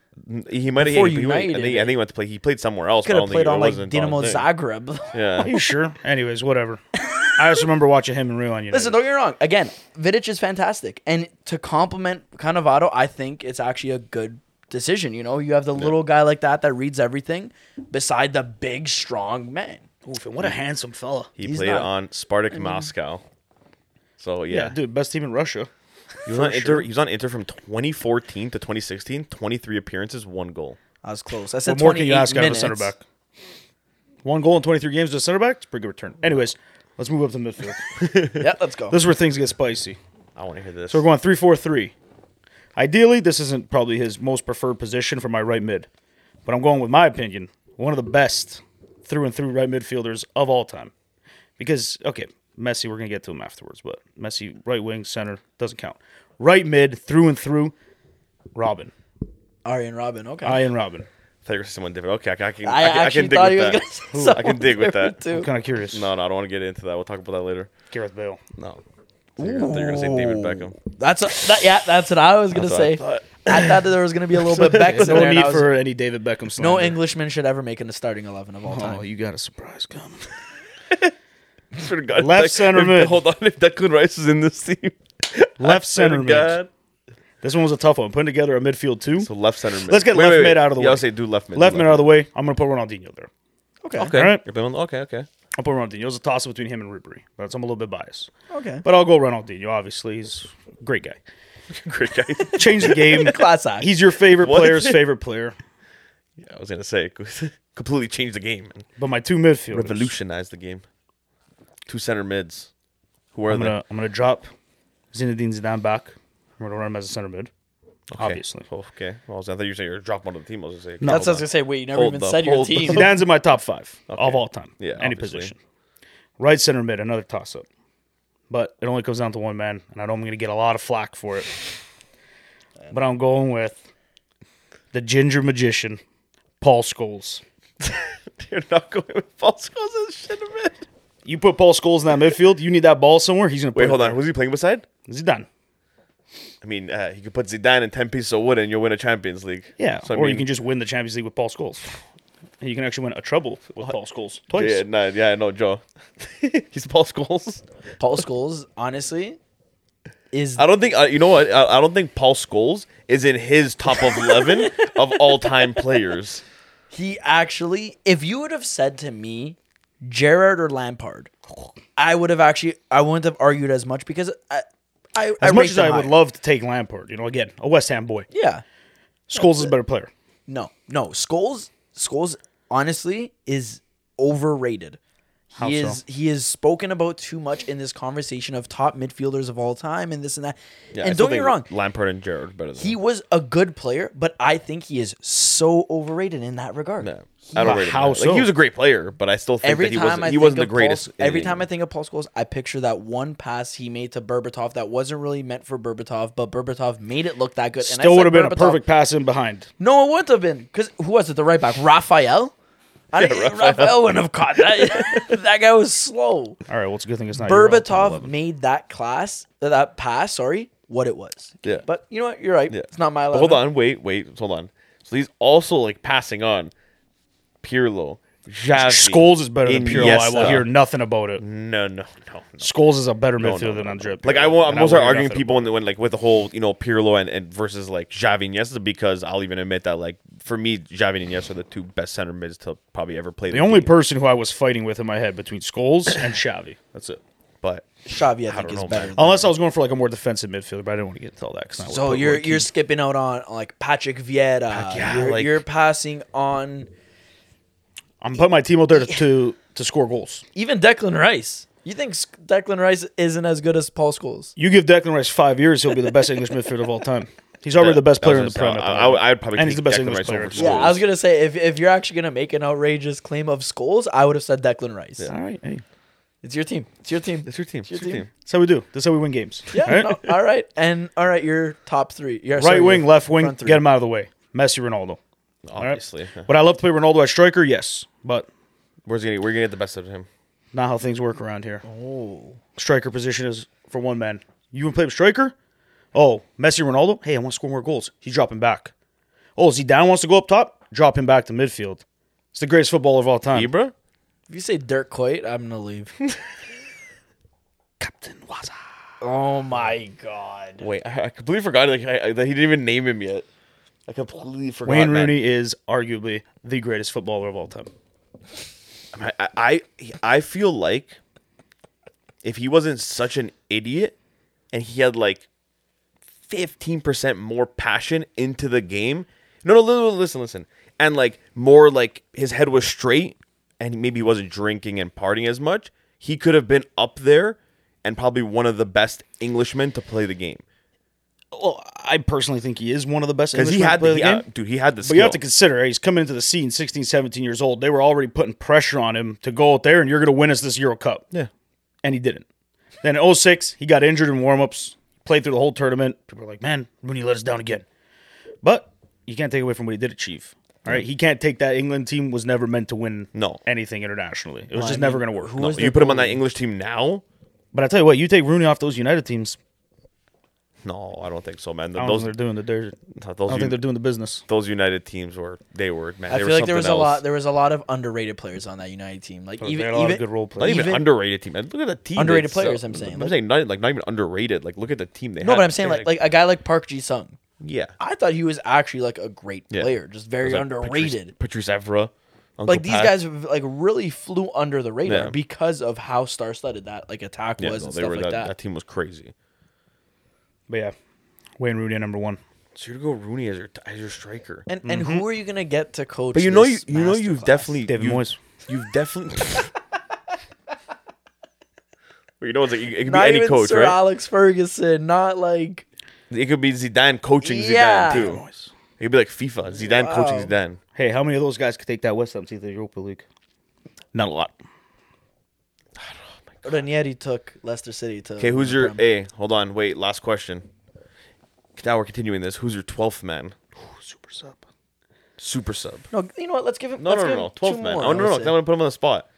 he might have. Before he, went- I, United, think, I think he went to play. He played somewhere else. could but I have don't played think it on like wasn't on Dinamo Zagreb. [laughs] thing. [laughs] [laughs] Are Yeah. you sure? Anyways, whatever. I just remember watching him in Real on United. Listen, don't get me wrong. Again, Vidic is fantastic, and to compliment Cannavaro, I think it's actually a good decision. You know, you have the little guy like that that reads everything, beside the big strong man. Oof, and what a handsome fella. He He's played not- on Spartak Moscow. So yeah, Yeah, dude, best team in Russia. he was on Inter. He was on Inter from 2014 to 2016. 23 appearances, one goal. I was close. I What said more can you 28 ask out of a minutes. center back? One goal in 23 games to a center back? It's a pretty good return. Anyways, let's move up to midfield. Yeah, let's go. this is where things get spicy. I want to hear this. So we're going three four three. Ideally, this isn't probably his most preferred position for my right mid, but I'm going with my opinion, one of the best through and through right midfielders of all time. Because okay, Messi, we're gonna get to him afterwards, but Messi, right wing, center doesn't count. Right mid, through and through, Robin, Aryan Robin. Okay. I and Robin. I thought you were someone different. Okay, I, can- I can. I I, can- I actually can dig thought he was with that. gonna [laughs] say someone [laughs] I can dig with different, that. I'm too. kind of curious. No, no, I don't want to get into that. We'll talk about that later. Gareth Bale. No. They're gonna say David Beckham. [laughs] That's a, that, yeah. That's what I was gonna That's what I say. I thought. that there was gonna be a little [laughs] bit Beckham. in there, No and need I was- for any David Beckham. no Slander. Englishman should ever make in the starting eleven of all time. Oh, you got a [laughs] surprise coming. Swear to God, Left if- center if- mid. Hold on, if Declan Rice is in this [laughs] team, Left swear to center mid. God. This one was a tough one. Putting together a midfield two. So left center mid. Let's get left mid out of the Yeah, way. I'll say do left mid. left do man out of the way. I'm gonna put Ronaldinho there. Okay. Okay. All right. You're playing- okay. Okay. [laughs] I'll put Ronaldinho. It was a toss up between him and Ribery, but I'm a little bit biased. Okay. But I'll go Ronaldinho. Obviously, he's a great guy. Great guy. Changed the game. [laughs] Class act. He's your favorite What? player's favorite player. I was gonna say [laughs] completely changed the game, and But my two midfielders. revolutionized the game. Two center mids. Who are I'm gonna I'm gonna drop Zinedine Zidane back. I'm gonna run him as a center mid. they? Okay. Obviously, Oh, okay. Well, I was- I thought you were saying you're drop one of the team. [laughs] I was gonna say That's what I was hold gonna on. say. Wait, you never Hold even the- said your hold the- team. Zidane's in my top five of all time. Yeah, any obviously. position. Right center mid, another toss up. But it only comes down to one man, and I know I'm going to get a lot of flack for it. But I'm going with the ginger magician, Paul Scholes. You're not going with false goals as center mid. You put Paul Scholes in that midfield, you need that ball somewhere. He's going to Wait, hold on. Who's he playing beside? Zidane. I mean, uh, you could put Zidane in ten pieces of wood, and you'll win a Champions League. Yeah, So, I or you mean- can just win the Champions League with Paul Scholes, and you can actually win a treble with Paul Scholes twice. Yeah, no, yeah, no, Joe. [laughs] He's Paul Scholes. Paul Scholes, honestly, is I don't think uh, you know what. I, I don't think Paul Scholes is in his top [laughs] of eleven of all time players. he actually? If you would have said to me, Gerard or Lampard, I would have actually, I wouldn't have argued as much because I, I As I much rate as them I would high. love to take Lampard, you know, again, a West Ham boy, yeah, Scholes is a better player. no, no, Scholes, Scholes honestly is overrated. How he so? is he is spoken about too much in this conversation of top midfielders of all time and this and that. Yeah, I and still don't get me think wrong, Lampard and Gerrard are better than he him. was a good player, but I think he is so overrated in that regard. Yeah. He- I don't rate him how that. Like, so? he was a great player, but I still think every that he time wasn't, I he think wasn't the of greatest. Paul, every time I think of Paul Scholes, I picture that one pass he made to Berbatov that wasn't really meant for Berbatov, but Berbatov made it look that good. I Still would have said been a Berbatov- perfect pass in behind. No, it wouldn't have been because who was it? The right back, Raphael. I didn't, Raphael. wouldn't have caught [laughs] that. that guy was slow. All right, well, it's a good thing it's not Euro. Berbatov made that class, uh, that pass. Sorry, what it was. Yeah. But you know what? You're right. Yeah. It's not my. But 11. hold on, wait, wait, hold on. So he's also like passing on Pirlo, Xavi. Scholes is better than Pirlo. I will Iniesta. hear nothing about it. No, no, no. no. Scholes is a better midfielder Mm. no, than Andrea. Like Pirlo, I won't. I'm and gonna start hear arguing nothing people about when, when like with the whole you know Pirlo and, and versus like Xavi and Iniesta because I'll even admit that like for me Xavi and Iniesta are the two best center mids to probably ever play. it. The only person who I was fighting with in my head between Scholes [coughs] and Xavi. That's it. But Xavi, I don't think is know, better. man. than- Unless I was going for like a more defensive midfielder, but I didn't want to get into all that. 'cause I would So put you're Roy Keane. you're skipping out on like Patrick Vieira. yeah, you're, like- you're passing on I'm putting my team out there to to, to score goals. even Declan Rice. You think S- Declan Rice isn't as good as Paul Scholes? You give Declan Rice five years, he'll be the best English midfielder of all time. He's already the best that was player in the gonna Prem. say, at the I- moment. I- I'd probably and he's take the best Declan English Rice player. over Yeah, I was Scholes. gonna say if if you're actually gonna make an outrageous claim of Scholes, I would have said Declan Rice. All right, hey, It's your team. It's your team. it's your team. It's your team. team. that's how we do. That's how we win games. Yeah. All right? no, all right. And all right, your top three. Your, right sorry, wing, your left wing, front three. get him out of the way. Messi, Ronaldo. All right? [laughs] Obviously, yeah. Would I love to play Ronaldo as striker? Yes, but Where's gonna we're gonna get the best out of him? not how things work around here. Oh, striker position is for one man. You want to play with striker? Oh, Messi, Ronaldo. Hey, I want to score more goals. He's dropping back. Oh, Zidane wants to go up top. Drop him back to midfield. It's the greatest footballer of all time. Ibra. If you say Dirk Coit, I'm gonna [laughs] leave. Captain Waza. oh my god. Wait, I, I completely forgot like I, I, that he didn't even name him yet. I completely forgot. Wayne man. Rooney is arguably the greatest footballer of all time. I, I I feel like if he wasn't such an idiot and he had like fifteen percent more passion into the game. No, no, li- li- listen, listen, and like more like his head was straight and maybe he wasn't drinking and partying as much. He could have been up there and probably one of the best Englishmen to play the game Well, I personally think he is one of the best. because he Englishmen to had play the, the he- uh, game. dude. He had the But skill. you have to consider eh, he's coming into the scene 16, 17 years old. They were already putting pressure on him to go out there and you're going to win us this Euro Cup. yeah, And he didn't. Then in 06, he got injured in warm-ups, played through the whole tournament. People were like, man, Rooney let us down again. But you can't take away from what he did achieve. All right, he can't take that England team was never meant to win No. anything internationally. It was just never going to work. No, was you their put him on that goalie? English team now. But I tell you what, you take Rooney off those United teams. No, I don't think so, man. I don't Those, think they're doing the dirt. those, I don't think they're doing the business. those United teams were they were man. I they feel were like there something was a else. lot. There was a lot of underrated players on that United team. Like Oh, they even had a lot of even good role players. Not even, even- underrated team. man. Look at the team. Underrated itself. players, I'm saying. I'm saying not like not even underrated. Like look at the team they No, had. but I'm saying They like like had- a guy like Park Ji Sung. yeah, I thought he was actually like a great Yeah. player, just very It was, like, underrated. Patrice, Patrice Evra, Uncle like these Pat. guys like really flew under the radar Yeah. because of how star studded that like attack Yeah, was no, and they stuff were like that, that. that team was crazy. But yeah, Wayne Rooney at number one. So you're gonna go Rooney as your as your striker. And and who are you gonna get to coach? but you know you this you know you've masterclass? definitely David you've, Moyes. You've definitely. [laughs] Well, you know, it's like, it could be not any even coach, Sir right? Alex Ferguson, not like It could be Zidane coaching Yeah. Zidane too. It'd be like FIFA, Zidane coaching Zidane. Hey, how many of those guys could take that West Ham to the Europa League? Not a lot. Ranieri took Leicester City to. Okay, who's your? Prem. Hey, hold on, wait. Last question. Now we're continuing this. Who's your twelfth man? Super sub. Super sub. No, you know what? Let's give him. No, let's no, no, give no. him two Twelfth man. more, Oh no, no, no. let's I'm say. gonna put him on the spot.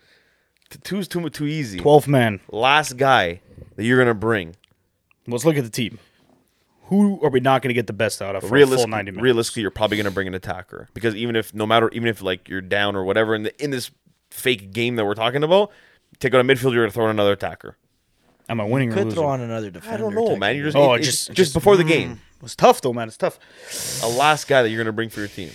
T- Two's too too easy. 12th man. Last guy that you're gonna bring. Let's look at the team. Who are we not going to get the best out of for a full 90 Realistically, minutes? realistically, you're probably gonna bring an attacker because even if no matter even if like you're down or whatever in the in this fake game that we're talking about, take out a midfielder, you're gonna throw in another attacker. Am I winning or Could losing? throw on another defender. I don't know, technically. man. You're just Oh, it- it's just, just before the game, Mm. It's tough, though, man. It's tough. a last guy that you're gonna bring for your team.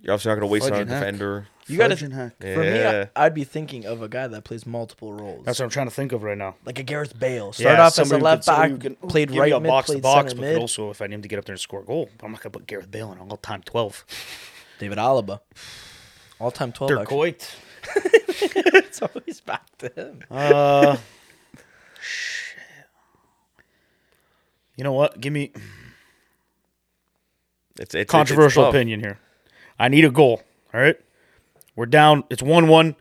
You're obviously not gonna waste it on a Fudging heck. defender. You gotta. Fudge and heck. For me, Yeah. I, I'd be thinking of a guy that plays multiple roles. That's what I'm trying to think of right now. like a Gareth Bale. Start Yeah, off as somebody a who left could- somebody back, who can played give right you a mid, box to played box, center but mid. could also if I need him to get up there and score a goal, I'm not going to put Gareth Bale in all time 12. David Alaba. All time 12. Dirk Oh, actually. Coit. [laughs] it's always back to him. Uh, [laughs] you know what? Give me It's, it's controversial it's tough. opinion here. I need a goal. All right. We're down. It's 1 1,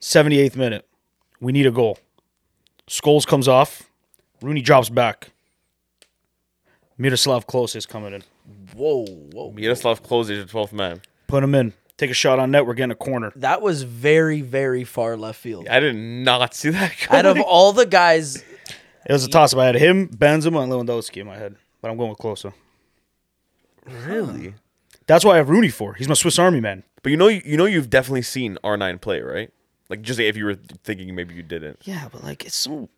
78th minute. We need a goal. Scholes comes off. Rooney drops back. Miroslav Klose is coming in. [laughs] Whoa, whoa. Miroslav Klose is your 12th man. Put him in. Take a shot on net. We're getting a corner. That was very, very far left field. I did not see that. [laughs] Out of coming. all the guys, It was a toss up. I had him, Benzema, and Lewandowski in my head, but I'm going with Klose. really, That's why I have Rooney for. He's my Swiss Army man. but you know, you know, you've definitely seen R nine play, right? Like just if you were thinking maybe you didn't. Yeah, but like it's so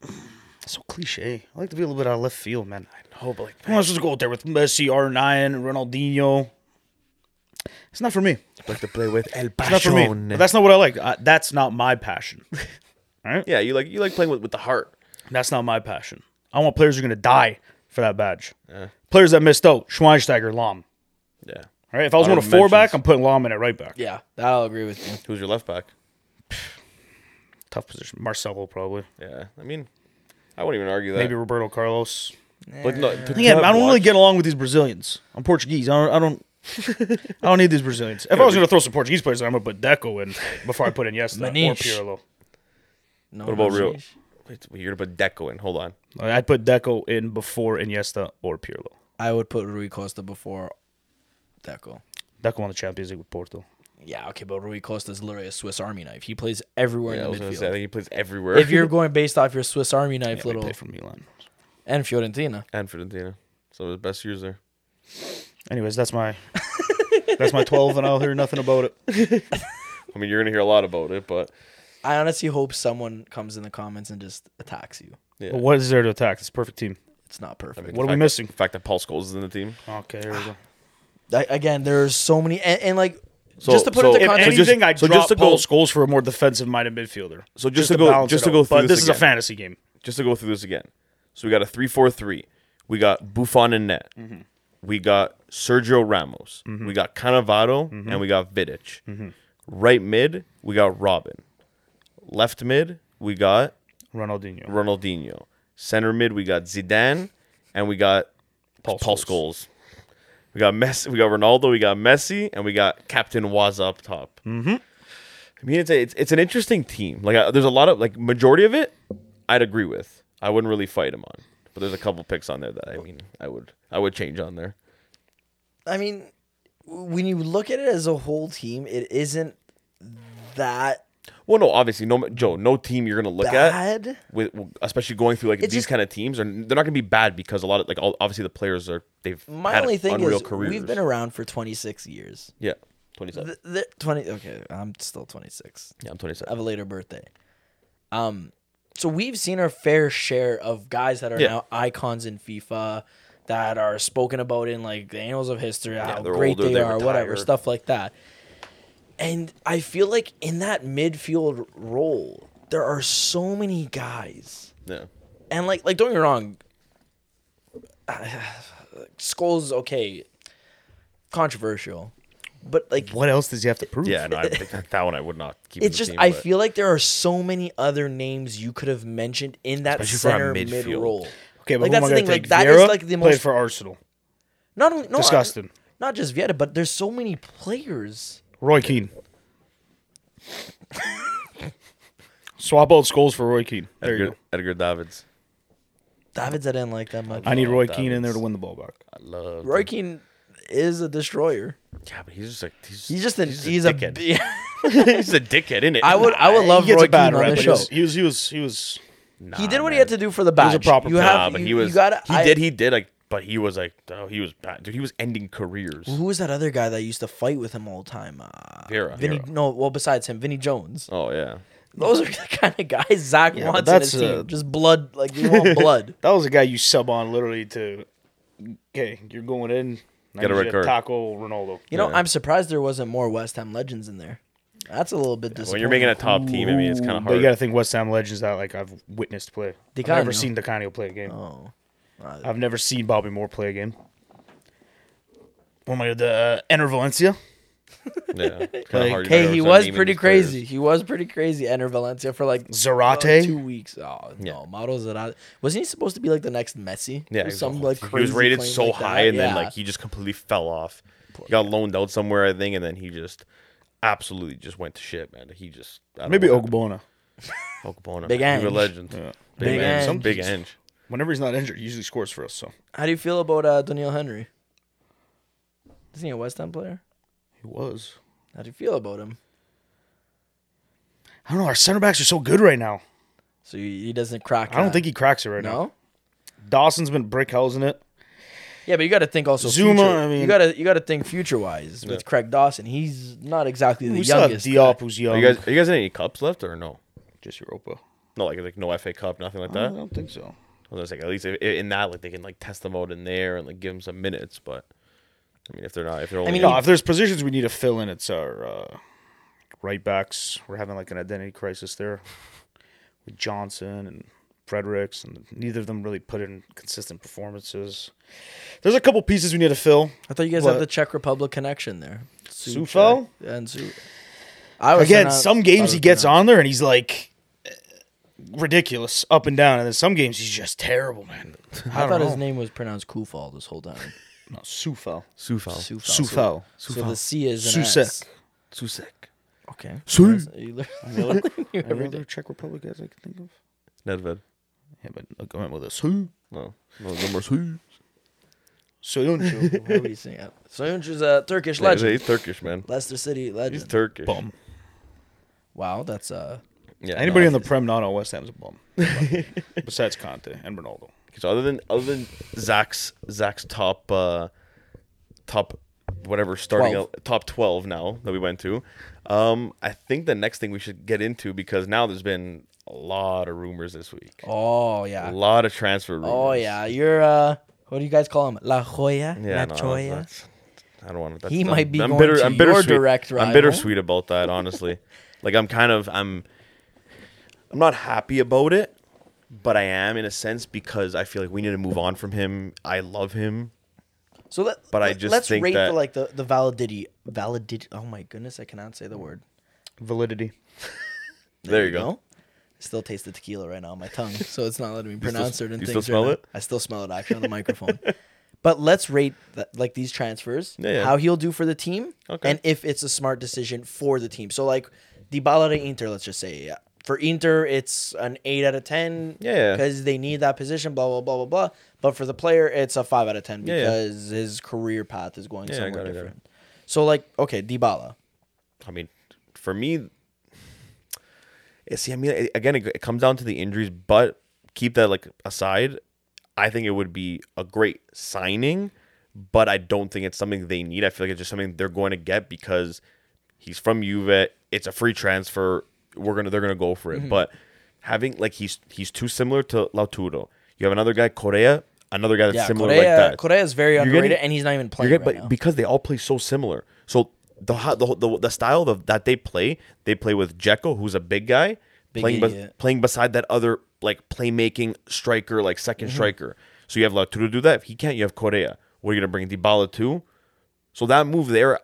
it's so cliche. I like to be a little bit out of left field, man. Oh, but like I want to just go out there with Messi, R9, Ronaldinho. It's not for me. It's like to play with El not for me. But that's not what I like. I, that's not my passion. [laughs] yeah, you like you like playing with, with the heart. That's not my passion. I want players who are going to die for that badge. Players that missed out: Schweinsteiger, Lam. Yeah. All right. If I was Lot going of to four back, mentions. I'm putting Lam in at right back. yeah, I'll agree with you. Who's your left back? Tough position. Marcelo probably. Yeah. I mean, I wouldn't even argue that. Maybe Roberto Carlos. But no, to- to Again, have I don't really watched- get along with these Brazilians. I'm Portuguese. I don't. [laughs] I don't, I don't need these Brazilians. If I was going to throw some Portuguese players, in, I'm going to put Deco in before I put in Yes or Maniche. Pirlo. No What about no real? change. Wait, wait, you're about Deco in. Hold on. I'd put Deco in before Iniesta or Pirlo. I would put Rui Costa before Deco. Deco won the Champions League with Porto. Yeah, okay, but Rui Costa is literally a Swiss Army knife. He plays everywhere Yeah, I in the was gonna say I midfield. think he plays everywhere. If you're going based off your Swiss Army knife, Yeah, little played for Milan. and Fiorentina, and Fiorentina, some of the best years there. Anyways, [laughs] that's my that's my 12, and I'll hear nothing about it. I mean, you're gonna hear a lot about it, but I honestly hope someone comes in the comments and just attacks you. yeah. But what is there to attack? It's a perfect team. It's not perfect. mean, What are the we fact- missing? The fact that Paul Scholes is in the team. Okay, there we go. I, again, there are so many, and, and like So- just to put it into so- [sighs] If If context, just- anything, I so so just drop to Paul go- Scholes for a more defensive-minded midfielder. So just to go- balance just it to out. go through But this this is a again. fantasy game. Just to go through this again. So we got a three-four-three. We got Buffon and net. We got Sergio Ramos. Mm-hmm. We got Cannavaro and we got Vidic. Right mid, we got Robin. Left mid, we got Ronaldinho. Ronaldinho. Center mid, we got Zidane, and we got Paul, Scholes. We got Messi, we got Ronaldo, we got Messi, and we got Captain Waz up top. Mm-hmm. I mean, it's, a, it's it's an interesting team. Like, I, there's a lot of like majority of it, I'd agree with. I wouldn't really fight him on, but there's a couple picks on there that I mean, I would I would change on there. I mean, when you look at it as a whole team, it isn't that Well, no, obviously, no, Joe, no team you're gonna look at bad. with especially going through like It's these just- kind of teams are they're not going to be bad because a lot of like all, obviously the players are they've My had only thing unreal is careers. we've been around for 26 years. yeah 27 Th- th- 20 okay, I'm still 26. yeah I'm I 27 have a later birthday. Um, so we've seen our fair share of guys that are Yeah. now icons in FIFA that are spoken about in like the annals of history, how they're great older, they, they are, whatever retire. stuff like that. And I feel like in that midfield role, there are so many guys, [laughs] yeah and like like don't get me wrong, [sighs] Skulls okay, controversial, but like What else does he have to prove? yeah no I think that, that one I would not keep in it's the just team, I but- feel like there are so many other names you could have mentioned in that Especially for a center mid midfield. role. Okay, but like who am that's I the gonna thing. Like take? that is Vieira like the played most for Arsenal. not only no, Disgusting. Not just Vieta, but there's so many players. [laughs] Roy Keane. Swap out Scholes for Roy Keane. There you Edgar, go. Edgar Davids Davids I didn't like that much. I need Roy that Keane was- in there to win the ball back. I love Roy Keane is a destroyer. yeah but he's just like he's, He's just an he's, he's, a a. dickhead b- [laughs] he's a dickhead isn't it I would I would love he gets Roy a bad Keane on rep, the but show. He was, he was, he was, He did what he had to do for the badge. a proper you player. nah, have, but you, he was You gotta, he I- did he did like but he was like oh he was bad dude he was ending careers Who was that other guy that used to fight with him all the time? Uh, Vera. Vinny, Vera. no, well, besides him, Vinny Jones. oh yeah Those are [laughs] the kind of guys Zach Yeah, wants but in his that's, team. uh, Just blood, like you [laughs] want blood. that was a guy you sub on literally to. Okay, you're going in. Now Get a you red should card. Taco Ronaldo. You know, I'm surprised there wasn't more West Ham legends in there. That's a little bit disappointing. when you're making a top team I mean it's kind of But hard you got to think West Ham legends that like I've witnessed play. I've Decanio. never seen DeCanio play a game. oh, I've never seen Bobby Moore play a game. What am I gonna do? Uh, Enter Valencia. Yeah. [laughs] Like, hey, he was pretty crazy. He was pretty crazy. Enter Valencia for like Zarate? two weeks. Oh Yeah. no, Mauro Zarate wasn't he supposed to be like the next Messi? Yeah, Or he's some awful. like he crazy was rated claim so like that? high, and then Yeah. like he just completely fell off. He got loaned out somewhere, I think, and then he just absolutely just went to shit, man. He just I don't Maybe know what Ogbona. happened. Ogbonna, Big He was a Ange. legend, big, Big Ange. Ange. big Ange. Whenever he's not injured, he usually scores for us. So How do you feel about uh, Daniel Henry? Isn't he a West Ham player? he was. How do you feel about him? I don't know. Our center backs are so good right now. So you, he doesn't crack. I don't think he cracks it right now. no. Dawson's been brickhousing it. Yeah, but you got to think also. Zuma, future. I mean- you got to you got to think future wise with Craig Dawson. He's not exactly the We still have youngest. Diop, who's Um, young. Are you guys, are you guys in any cups left or no? just Europa. No, like like no FA Cup, nothing like I that. I don't think so. was like, at least i- in that, like they can like test them out in there and like give them some minutes. But I mean, if they're not, if they're only, mean, in- No, if there's positions we need to fill in, it's our uh, right backs. We're having like an identity crisis there with Johnson and Fredericks, and neither of them really put in consistent performances. There's a couple pieces we need to fill. I thought you guys What? had the Czech Republic connection there. Suchek Sufo? and Su- I was Again, gonna- some I games was he gets gonna- on there and he's like eh, ridiculous up and down, and then some games he's just terrible, I, man. I, thought don't know. his name was pronounced Kufal this whole time. No, Sufo. Sufal, Sufal. Sufo. So, so the C is an Oh, Susek. S. Susek. Okay. Su- You learn- you Any every other day. Czech Republic guys I can think of? Nedved. Yeah, but I went with a Su. No, no, no more Su. So don't you? [laughs] What were you saying? Uh, Soyuncu's a Turkish Yeah, he's- legend. he's Turkish, man. Leicester City He's legend. Turkish. Bum. wow, that's uh Yeah, [laughs] Anybody no, in the Prem not on West Ham's a [laughs] bum. Besides Conte and Ronaldo. Because other than other than Zach's Zach's top uh top whatever starting 12. el- top twelve now that we went to, um, I think the next thing we should get into because now there's been a lot of rumors this week. oh A yeah. lot of transfer rumors. Oh yeah. You're uh what do you guys call him? La Jolla? Yeah, La no, Jolla? that's- I don't want to. He might be going to your direct I'm rival. bittersweet about [laughs] that, honestly. like I'm kind of I'm I'm not happy about it, but I am in a sense because I feel like we need to move on from him. I love him. So let, But I let- just let's think rate that- for like the the validity validity. Oh my goodness, I cannot say the word. Validity. There, you go. Still taste the tequila right now on my tongue, so it's not letting me pronounce certain [laughs] you things. still smell right now. it? I still smell it actually on the [laughs] microphone. But let's rate th- like these transfers, Yeah, yeah. how he'll do for the team, Okay. and if it's a smart decision for the team. So like Dybala to Inter, let's just say, yeah. For Inter, it's an eight out of ten, Yeah. because they need that position, blah blah blah blah blah. But for the player, it's a five out of ten Yeah, yeah. because his career path is going Yeah, I somewhere got it, got it. different. So like, okay, Dybala, I mean, for me, yeah, see, I mean, it- again, it, it comes down to the injuries, but keep that like aside. I think it would be a great signing, but I don't think it's something they need. I feel like it's just something they're going to get because he's from Juve. It's a free transfer. We're gonna they're gonna go for it. Mm-hmm. But having like he's he's too similar to Lautaro. You have another guy, Correa, another guy that's yeah, similar Correa, like that. Correa is very You're underrated, getting- and he's not even You playing get- right but now. because they all play so similar. So the ho- the the, the style of, that they play, they play with Jekko, who's a big guy, playing bes- idiot. playing beside that other like playmaking striker, like 2nd Mm-hmm. striker. So you have Lautaro do that. If he can't, you have Correa. What are you gonna bring Dybala to? So that move there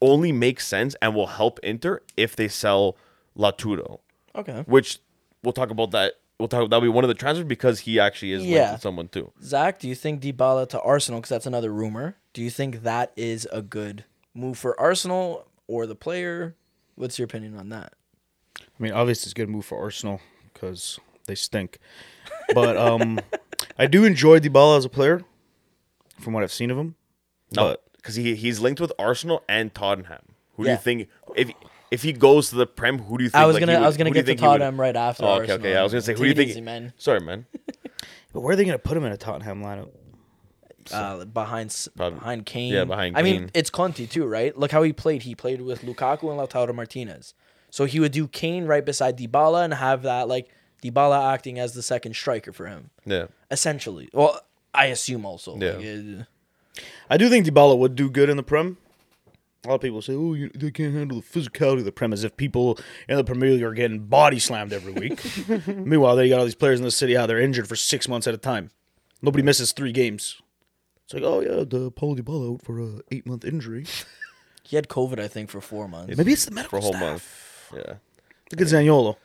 only makes sense and will help Inter if they sell Lautaro, okay, which we'll talk about that. We'll talk. That'll be one of the transfers because he actually is linked Yeah. with someone too. Zach, do you think Dybala to Arsenal? Because that's another rumor. Do you think that is a good move for Arsenal or the player? What's your opinion on that? I mean, obviously it's a good move for Arsenal because they stink. But um, I do enjoy Dybala as a player from what I've seen of him. No, because Uh, he he's linked with Arsenal and Tottenham. Who do Yeah. you think if if he goes to the Prem? Who do you think? I was like, gonna, he would- I was gonna who do you get to think he would- Tottenham right after. Oh, okay, Arsenal. okay. I was gonna say, who do you Take it think? easy, man? [laughs] Sorry, man. But where are they going to put him in a Tottenham lineup? Uh, behind, S- Probably- behind Kane. yeah, behind I mean, Kane. it's Conti too, right? Look how he played. He played with Lukaku and Lautaro Martinez. So he would do Kane right beside Dybala and have that like Dybala acting as the second striker for him, Yeah, essentially. Well, I assume also. Yeah. Like, uh, I do think Dybala would do good in the Prem. A lot of people say, "Oh, you, they can't handle the physicality of the Prem," as if people in the Premier League are getting body slammed every [laughs] week. Meanwhile, they got all these players in the city how they're injured for six months at a time. Nobody [laughs] misses three games. It's like, oh yeah, the Paulo Dybala out for a eight month injury. He had COVID, I think, for four months. Maybe it's the medical for a whole month. Yeah, Look at Zaniolo.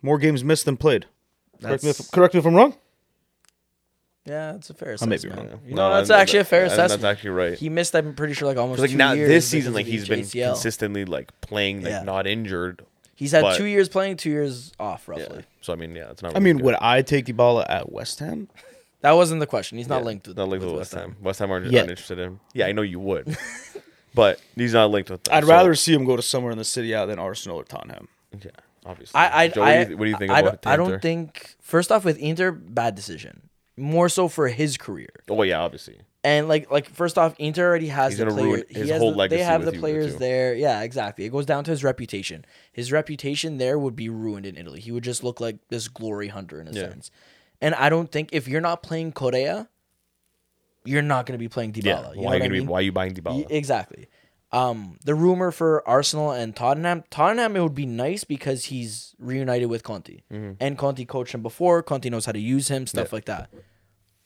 More games missed than played. Correct me, That's- if, correct me if I'm wrong. Yeah, that's a fair I may be assessment. wrong. You No, know, that's that- actually a fair that- assessment. that's actually right. He missed, I'm pretty sure, like almost 'Cause, like two now years this season, because like of he's the been HCL. consistently like playing, like Yeah. not injured. He's had but- two years playing, two years off, Yeah. roughly. So I mean, yeah, it's not. I really mean, good. would I take Dybala at West Ham? That wasn't the question. He's not Yeah, linked with not linked with, West Ham. West Ham aren't, aren't Yet. interested in. him. Yeah, I know [laughs] you would, but he's not linked with. Them, I'd so- rather see him go to somewhere in the city out than Arsenal or Tottenham. Yeah, obviously. I, I, Joe, I what, do you, what do you think I, about don't, I Inter? don't think. First off, with Inter, bad decision. More so for his career. Oh yeah, obviously. And like, like first off, Inter already has He's the gonna player. ruin he his has whole the- legacy They have with the Juve, players too. there. Yeah, exactly. It goes down to his reputation. His reputation there would be ruined in Italy. He would just look like this glory hunter in a Yeah. sense. And I don't think if you're not playing Korea, you're not going to be playing Dybala. Yeah. You know why what are you I gonna mean? be? Why are you buying Y- Dybala? Exactly. Um, the rumor for Arsenal and Tottenham, Tottenham, it would be nice because he's reunited with Conti, Mm-hmm. and Conti coached him before. Conti knows how to use him, stuff like that.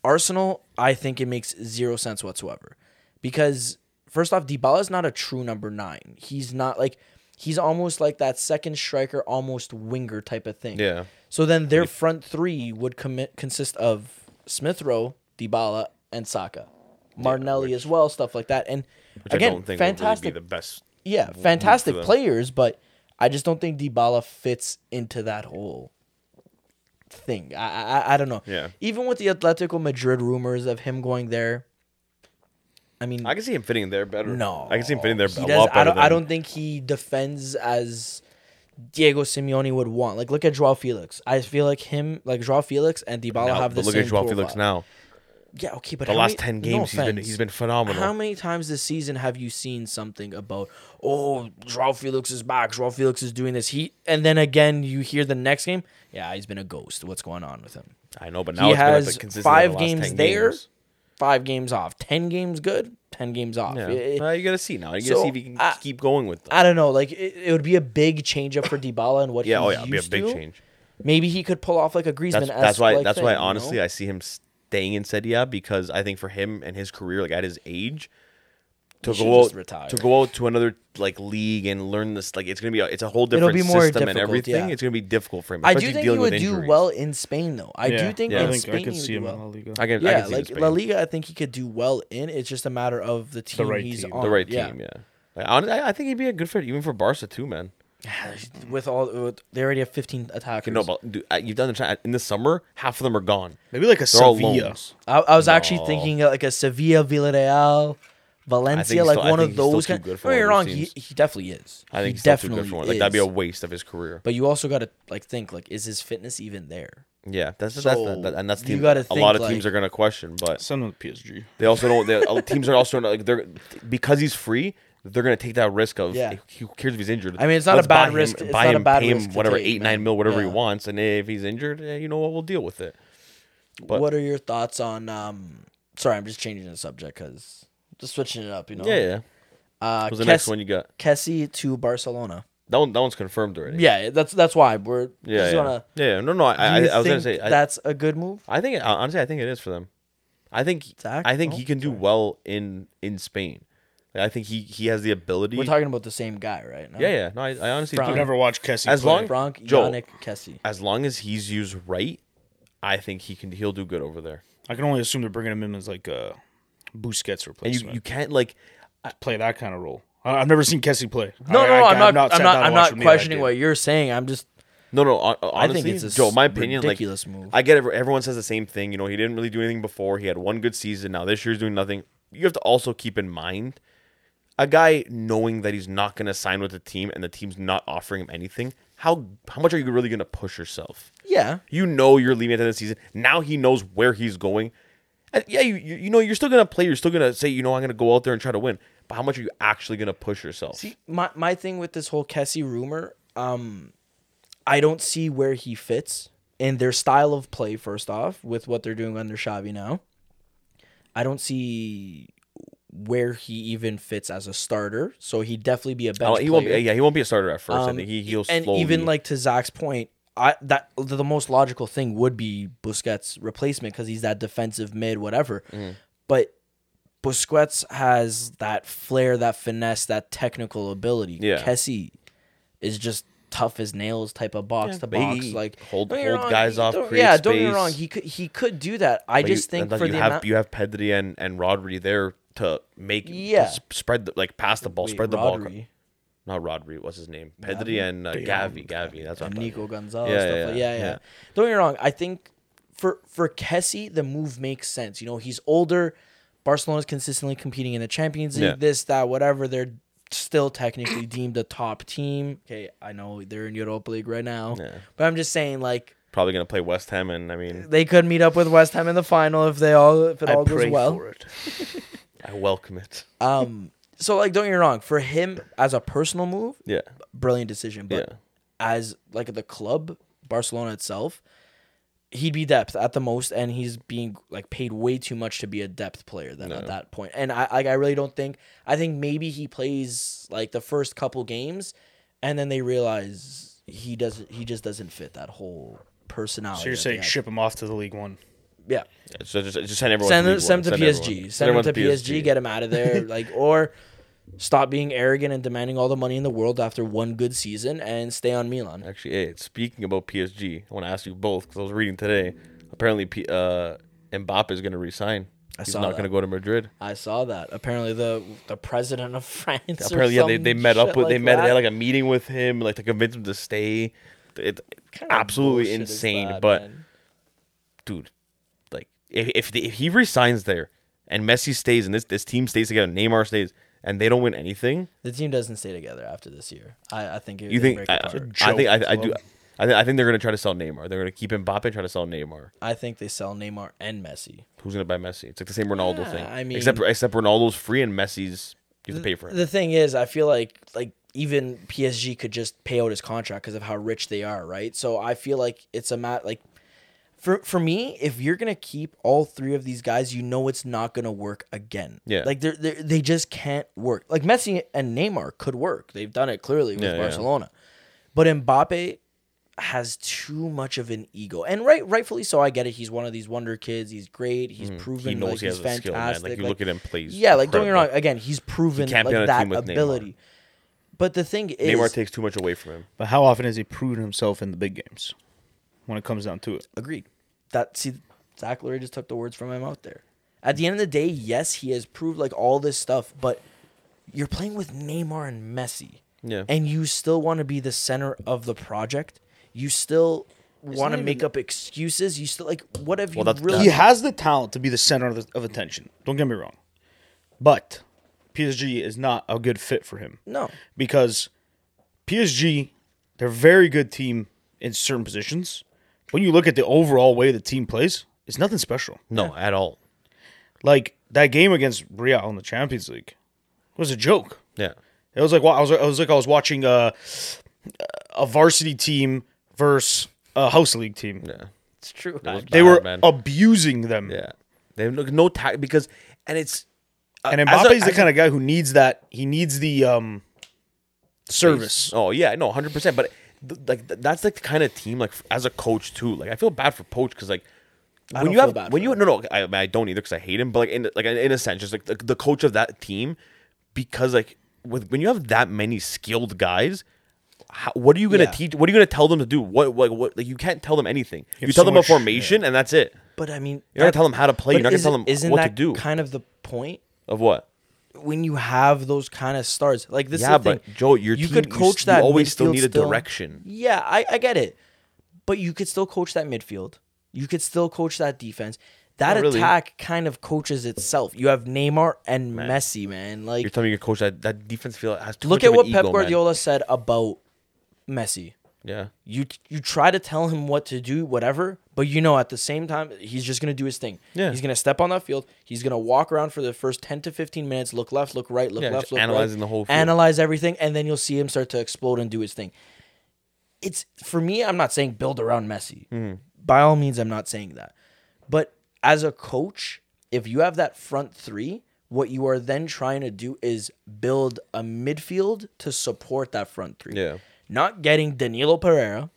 Arsenal, I think it makes zero sense whatsoever, because first off, Dybala is not a true number nine. He's not like he's almost like that second striker, almost winger type of thing. Yeah. So then their front three would commit consist of Smith Rowe, Dybala, and Saka, Martinelli as well, stuff like that. And Which again, I don't think fantastic, would really be the best. yeah, fantastic them. players, but I just don't think Dybala fits into that whole thing. I I, I- I don't know. Yeah. Even with the Atletico Madrid rumors of him going there, I mean, I can see him fitting in there better. no, I can see him fitting there He a does- lot better. I don't, than, I don't think he defends as Diego Simeone would want. Like, look at Joao Felix. I feel like him, like Joao Felix and Dybala now, have the but look same at Joao profile. Felix now. Yeah, okay, but The how last many- 10 no games, he's been offense. he's been phenomenal. How many times this season have you seen something about oh Joao Felix is back, Joao Felix is doing this, he and then again you hear the next game, yeah, he's been a ghost. What's going on with him? I know, but now he it's been like the has consistent five in the last games 10 there, games. five games off, ten games good, ten games off. Yeah. It- it- Well, you gotta see now. You gotta So, see if he can I- keep going with. Them. I don't know. Like it, it would be a big change up for Dybala and what Yeah. he's Oh yeah, it'd be a used big to. change. Maybe he could pull off like a Griezmann. That's, that's why. that's why. Honestly, I see him staying in Serie A because I think for him and his career, like at his age, to should go just out retire. to go out to another like league and learn this, like it's gonna be a, it's a whole different be more system and difficult, everything. yeah. It's gonna be difficult for him. I do especially think he dealing with would do injuries. well in Spain, though. I do think yeah. in I Spain he would do well. Liga. I can. I yeah, can see him like staying. La Liga, I think he could do well in. It's just a matter of the team right he's team. The on. the right [sighs] team. Yeah. Like, hon- I I think he'd be a good fit even for Barca too, man. With all, with, they already have 15 attackers. You know, but dude, I- you've done the in the summer. Half of them are gone. Maybe like a They're all Sevilla. loans. I, I was actually No. thinking of, like a Sevilla, Villarreal, Valencia, he's like still- I one think of he's still those. too Kind, good for don't get me all wrong, those he, teams. he definitely is. I think he he's still too definitely good for one. Like that'd be is. a waste of his career. But you also got to like think like, is his fitness even there? Yeah, that's that's So, that, and that's you team, gotta a think, lot of teams like- are gonna question, but Send him to PSG. they also don't. They, uh, teams are also not, like they're because he's free. They're gonna take that risk of Yeah. who cares if he's injured. I mean, it's not a Let's bad buy him- risk- it's buy not a him, bad pay him risk to whatever take, eight man. nine mil, whatever he Yeah. wants, and if he's injured, eh, you know what, we'll deal with it. But- what are your thoughts on? um Sorry, I'm just changing the subject because just switching it up. You know, Yeah, yeah. Uh, What was the Kes- next one you got? Kessie to Barcelona. That one, that one's confirmed already. Yeah, that's that's why we're yeah, just yeah. Wanna, yeah. yeah. No, no. I, I, you I was gonna think say. I, that's a good move. I think uh, honestly, I think it is for them. I think Zach? I think Oh, he can do well in in Spain. I think he he has the ability. We're talking about the same guy, right? No? yeah, yeah. No, I, I honestly From- do. I've never watched Kessie. As play. long- Frank Joel. Yannick Kessie. as long as he's used right, I think he can he'll do good over there. I can only assume they're bringing him in as like a And Busquets you, replacement. you can't like play that kind of role. I- I've never seen Kessie play. No, I, no, no, I, I, am not, sat I'm down not, and I'm watched not him the other questioning day. what you're saying. I'm just no no hon- I honestly think it's a Joe my opinion ridiculous like move. I get it everyone says the same thing you know he didn't really do anything before he had one good season now this year's doing nothing you have to also keep in mind a guy knowing that he's not going to sign with the team and the team's not offering him anything how how much are you really going to push yourself yeah. You know you're leaving at the end of the season. Now he knows where he's going. And yeah, you, you you know you're still gonna play. You're still gonna say you know I'm gonna go out there and try to win. But how much are you actually gonna push yourself? See, my my thing with this whole Kessie rumor, um, I don't see where he fits in their style of play. First off, with what they're doing under Xavi now, I don't see where he even fits as a starter. So he'd definitely be a I don't- bench. Oh, he won't. Be, player. yeah, he won't be a starter at first. I Um, think he he'll and slowly. even like to Zach's point, I that the, the most logical thing Mm-hmm. would be Busquets' replacement because he's that defensive mid, whatever. But Busquets has that flair, that finesse, that technical ability. Yeah. Kessie is just tough as nails type of box to but he box. Like hold- don't get me hold guys he- off, don't- create Yeah, don't get me space. wrong. He could he could do that. I But just you, think and for you the have amount, you have Pedri and and Rodri there to make to Yeah. s- spread the like pass the ball, Wait, spread the ball. acro- Rodri Not Rodri, what's his name? Pedri and uh, Gavi, Gavi. That's what and I'm talking Nico about. Gonzalez. Yeah, stuff yeah, like- yeah, yeah, yeah, yeah. Don't get me wrong. I think for for Kessie, the move makes sense. You know, he's older. Barcelona's consistently competing in the Champions League. Yeah. This, that, whatever. They're still technically deemed a top team. Okay, I know they're in Europa League right now, Yeah. but I'm just saying like. Probably gonna play West Ham, and I mean, They could meet up with West Ham in the final if they all if it all I goes pray well. for it. Uh, I welcome it. Um, so like, don't get me wrong. For him as a personal move, Yeah, brilliant decision. But Yeah. as like the club, Barcelona itself, he'd be depth at the most, and he's being like paid way too much to be a depth player then at that point. And I like I really don't think I think maybe he plays like the first couple games, and then they realize he doesn't. He just doesn't fit that whole personality. So you're that saying they have. ship him off to the League One? yeah. Yeah, so just, just send everyone. Send to him, League send One. him to PSG. everyone- Send him to everyone PSG. Get him out of there. like, or stop being arrogant and demanding all the money in the world after one good season and stay on Milan. Actually, hey, speaking about PSG, I want to ask you both because I was reading today. Apparently, P- uh, Mbappe is going to resign. I He's saw not that. going to go to Madrid. I saw that. Apparently, the the president of [laughs] France. or Apparently, yeah, they, some they met up shit with they like met they that. had like a meeting with him, like to convince him to stay. It, What kind of absolutely bullshit is insane. that, but man? dude, like if if, the, if he resigns there and Messi stays and this this team stays together, Neymar stays, and they don't win anything, the team doesn't stay together after this year. I, I think it, you they think? break I, apart. I think Joke I, I do. club. I, thi- I think they're going to try to sell Neymar. They're going to keep Mbappe and try to sell Neymar. I think they sell Neymar and Messi. Who's gonna buy Messi? It's like the same Ronaldo Yeah, thing. I mean- except except Ronaldo's free and Messi's you have to pay for it. The thing is, I feel like like even PSG could just pay out his contract because of how rich they are, right? So I feel like it's a mat like for for me, if you're gonna keep all three of these guys, you know it's not gonna work again. Yeah. like they're, they're they just can't work. Like Messi and Neymar could work; they've done it clearly with Yeah, yeah. Barcelona, but Mbappe has too much of an ego, and right rightfully so. I get it; he's one of these wonder kids. He's great. He's proven. Mm, He knows like, he has he's a skill, man. Like, fantastic. you look at him, plays Yeah, like don't get me wrong. incredible. Again, he's proven can't be like on a that team with Neymar. ability. But the thing is, Neymar takes too much away from him. But how often has he proven himself in the big games? When it comes down to it, agreed. That see, Zach Lurie just took the words from my mouth there. At the end of the day, yes, he has proved like all this stuff, but you're playing with Neymar and Messi, Yeah. and you still want to be the center of the project. You still want to not make even- up excuses. You still like what have Well, you that's- really? [laughs] he has the talent to be the center of, the, of attention. Don't get me wrong, but PSG is not a good fit for him. No, because PSG, they're a very good team in certain positions. When you look at the overall way the team plays, it's nothing special. No, at all. Like that game against Real in the Champions League was a joke. Yeah. It was like wa- I was, I was like I was watching a, a varsity team versus a house league team. Yeah. it's true. It was They bad, were man. abusing them. yeah. They have no, no tact because and it's And as a- Mbappe's the as a- kind of guy who needs that. He needs the um, service. Oh yeah, no, hundred percent. But th- like th- that's like the kind of team like f- as a coach too. Like I feel bad for Poach because like when don't you have feel bad when for you no no I, I don't either because I hate him. But like in like in a sense, just like the, the coach of that team because like with when you have that many skilled guys. How, what are you gonna Yeah. teach? What are you gonna tell them to do? What like what? Like you can't tell them anything. You, have tell so them much- a formation and that's it. But I mean, You're not gonna tell them how to play. but You're not gonna isn't- tell them isn't what to that do. Kind of the point. Of what? when you have those kind of stars. Like this Yeah, is the thing. but Joe, your you team- could you s- coach you that. always still midfield need a direction. Yeah, I, I get it, but you could still coach that midfield. You could still coach that defense. That Not really. attack kind of coaches itself. You have Neymar and Messi, man. You're Like telling me your coach that that defense field has too look much of at an what ego, Pep man. Guardiola said about Messi. Yeah. You you try to tell him what to do, whatever, but you know at the same time he's just gonna do his thing. Yeah. He's gonna step on that field. He's gonna walk around for the first ten to fifteen minutes, look left, look right, look Yeah, left, just look analyzing right, the whole field. analyze everything, and then you'll see him start to explode and do his thing. It's for me. I'm not saying build around Messi. By all means, I'm not saying that. But as a coach, if you have that front three, what you are then trying to do is build a midfield to support that front three Yeah. not getting Danilo Pereira,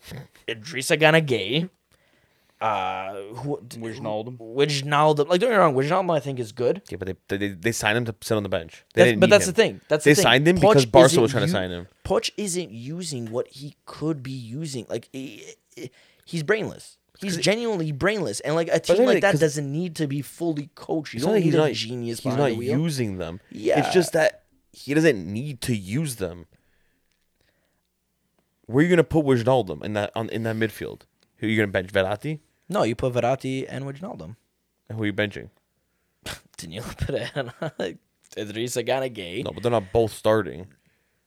Idrissa Gana Gay, uh, who, Wijnaldum. Wijnaldum. Like, don't get me wrong, Wijnaldum I think is good. Okay, but they, they they signed him to sit on the bench. They That's, didn't but need that's him. the thing. That's they the thing. signed him Poch because Barca isn't was trying to u- sign him. Poch isn't using what he could be using. Like he- he- he's brainless. He's genuinely brainless, and like a team then like it- that 'cause- doesn't need to be fully coached. You It's don't not like need he's a not genius He's behind not the wheel. using them. Yeah. it's just that he doesn't need to use them. Where are you gonna put Wijnaldum in that on in that midfield? Who are you gonna bench? Verratti? no, you put Verratti and Wijnaldum. And who are you benching? Danilo [laughs] Pereira, Idrissa Gana Gay. No, but they're not both starting.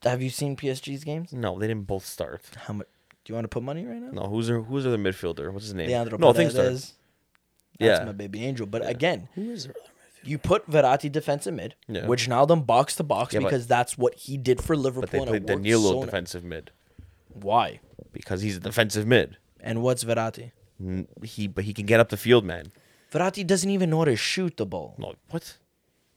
Have you seen PSG's games? No, they didn't both start. How much? Do you want to put money right now? No, who's their who's their midfielder? What's his name? Leandro no, I think Perez. so. That's Yeah. my baby angel. But again, Who is there? You put Verratti defensive mid, Yeah. which Naldum box to box Yeah, but- because that's what he did for Liverpool. But they and it played worked Danilo so ni- defensive mid Why? because he's a defensive mid. And what's Verratti? N- He but he can get up the field, man. Verratti doesn't even know how to shoot the ball. No, what?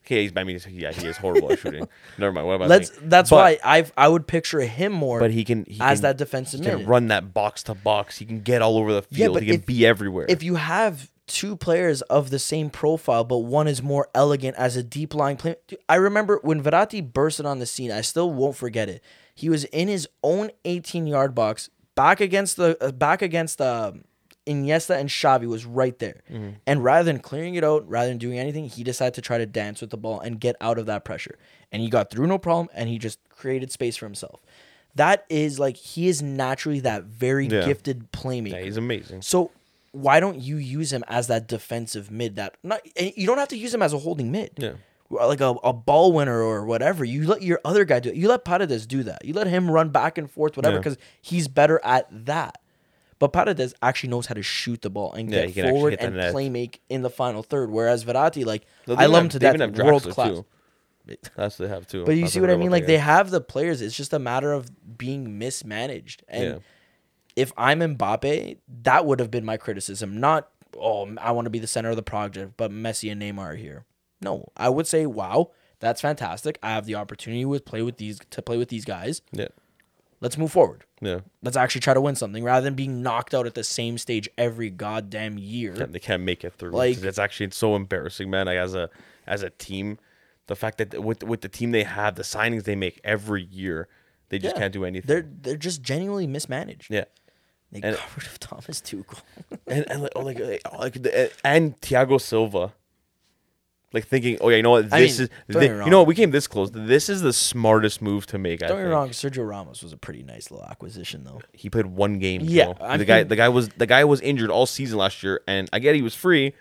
Okay, he's, I mean, he's- yeah, he is horrible at [laughs] shooting. Never mind. What about Let's. that? That's why I I would picture him more. But he can he as can- that defensive He mid. can run that box to box. He can get all over the Yeah, field. but he can if- be everywhere. If you have two players of the same profile, but one is more elegant as a deep line player. Dude, I remember when Verratti bursted on the scene, I still won't forget it. He was in his own 18 yard box, back against the uh, back against um, Iniesta and Xavi was right there. Mm-hmm. And rather than clearing it out, rather than doing anything, he decided to try to dance with the ball and get out of that pressure. And he got through no problem and he just created space for himself. That is like he is naturally that very Yeah. gifted playmaker. yeah, he's amazing. So why don't you use him as that defensive mid? That not and you don't have to use him as a holding mid. Yeah. Well, Like a, a ball winner or whatever. You let your other guy do it. You let Paredes do that. You let him run back and forth, whatever, Yeah. because he's better at that. But Paredes actually knows how to shoot the ball and Yeah, he get can actually forward hit the and net. play make in the final third. Whereas Verratti, like No, I they even love him have- to they even death, have Draxler, world class. too. That's what they have too. But you That's see what I forgot mean? about Like that they guy. have the players. It's just a matter of being mismanaged. And Yeah. if I'm Mbappe, that would have been my criticism. Not oh, I want to be the center of the project, but Messi and Neymar are here. No, I would say wow, that's fantastic. I have the opportunity with play with these to play with these guys. yeah, Let's move forward. yeah. Let's actually try to win something rather than being knocked out at the same stage every goddamn year. Yeah, they can't make it through. Like- Like it's actually it's so embarrassing, man. Like as a as a team, the fact that with with the team they have, the signings they make every year, they just Yeah. can't do anything. They're they're just genuinely mismanaged. yeah. They And- got rid of Thomas Tuchel. and and like, oh, like, like, oh, like the, and Thiago Silva, like thinking, oh yeah, you know what, I this mean, is don't get thi- me you wrong. know what, we came this close. This is the smartest move to make. I Don't get me think. wrong, Sergio Ramos was a pretty nice little acquisition though. He played one game. Yeah, Joe. I the guy, mean- the guy was the guy was injured all season last year, and I get he was free,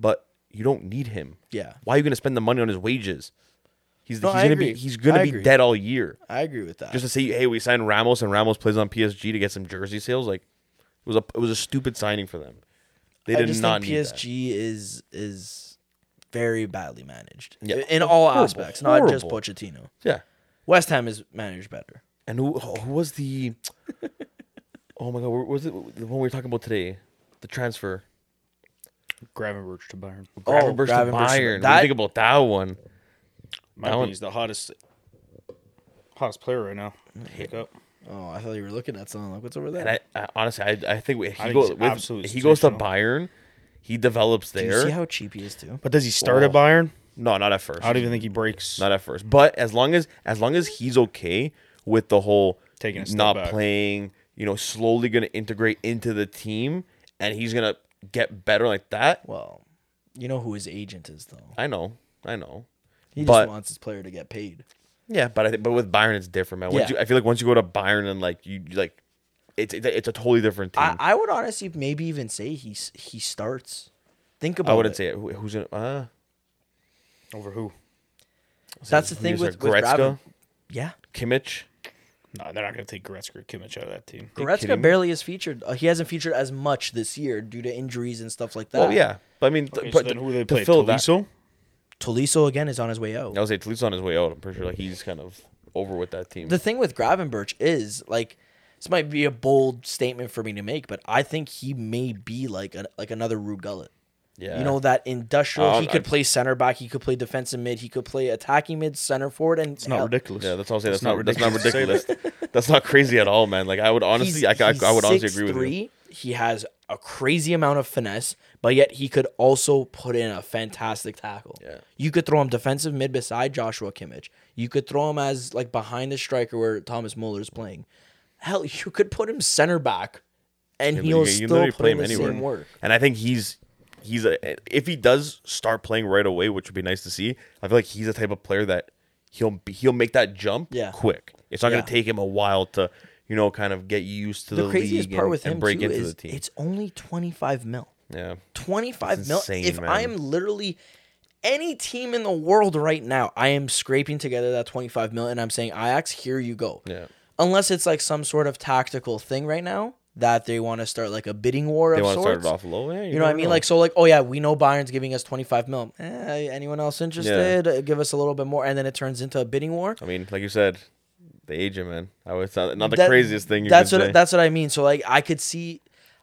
but you don't need him. Yeah. why are you gonna spend the money on his wages? He's, No, he's I gonna agree. be he's gonna I be agree. dead all year. I agree with that. Just to say, hey, we signed Ramos, and Ramos plays on PSG to get some jersey sales. Like, it was a it was a stupid signing for them. They I did just not think need that. PSG is is very badly managed Yeah. in all Horrible, aspects, not just horrible. Pochettino. Yeah. West Ham is managed better. And who, oh, who was the? oh my god, where was it the one we were talking about today? The transfer. Gravenberch to Bayern. Gravenberch to Gravenberch to Bayern. What do that- you think about that one? That My opinion, one- he's the hottest, hottest player right now. Pick up. Oh, I thought you were looking at something. Like, what's over there? And I, I honestly, I, I think if he, think go, he's with, absolutely if he goes to sensational. Bayern, he develops Do there. you see how cheap he is too? But does he start at Wow. Bayern? no, not at first. I don't even think he breaks. not at first. But as long as as long as he's okay with the whole Taking a step not back. playing, you know, slowly going to integrate into the team, and he's going to get better like that. Well, you know who his agent is though. I know, I know. He just But- wants his player to get paid. Yeah, but I think, but with Byron it's different, man. Once Yeah. you, I feel like once you go to Byron and like you you, like, it's it's a- it's a totally different team. I, I, I would honestly maybe even say he s- he starts. Think about. wouldn't it. say it. Who- who's gonna uh, Over who? that's the who thing is with, there? with Goretzka, Graven- Yeah, Kimmich. No, they're not going to take Goretzka or Kimmich out of that team. Goretzka kidding me? barely is featured. Uh, he hasn't featured as much this year due to injuries and stuff like that. Well, yeah, but I mean, th- Okay, so but then to- who they to play? fill that- Tolisso? Tolisso again is on his way out. I would say Tolisso on his way out. I'm pretty sure like he's kind of over with that team. The thing with Gravenberch is like this might be a bold statement for me to make, but I think he may be like a, like another Rue Gullet. yeah, You know that industrial. Uh, he could I- play center back. He could play defensive mid. He could play attacking mid, center forward, and It's not ridiculous. Yeah, that's all I'm saying. It's That's not that's not to say that. [laughs] ridiculous. that's not crazy at all, man. Like I would honestly, I, I, I would honestly agree with you. you. He has a crazy amount of finesse, but yet he could also put in a fantastic tackle. Yeah. You could throw him defensive mid beside Joshua Kimmich. You could throw him as like behind the striker where Thomas Muller's playing. Hell, [laughs] you could put him center back and You can- he'll you can still literally play in the same anywhere. work. And I think he's he's a if he does start playing right away, which would be nice to see. I feel like he's the type of player that he'll he'll make that jump Yeah. quick. It's not Yeah. going to take him a while to you know kind of get used to the, The craziest league part and, with and him break too into is the team. it's only 25 mil. yeah, 25 That's mil. insane, if man. I'm literally any team in the world right now, I am scraping together that 25 mil and I'm saying, Ajax, here you go. Yeah. Unless it's like some sort of tactical thing right now that they want to start like a bidding war they of want to start sorts. it off low. Yeah, you know what I never mean? Like, so, like, oh yeah, we know Bayern's giving us 25 mil. Eh, anyone else interested? Uh, Give us a little bit more. And then it turns into a bidding war. I mean, like you said, the age of man. I was not, not the That- craziest thing. You that's could what say. that's what I mean. So like I could see,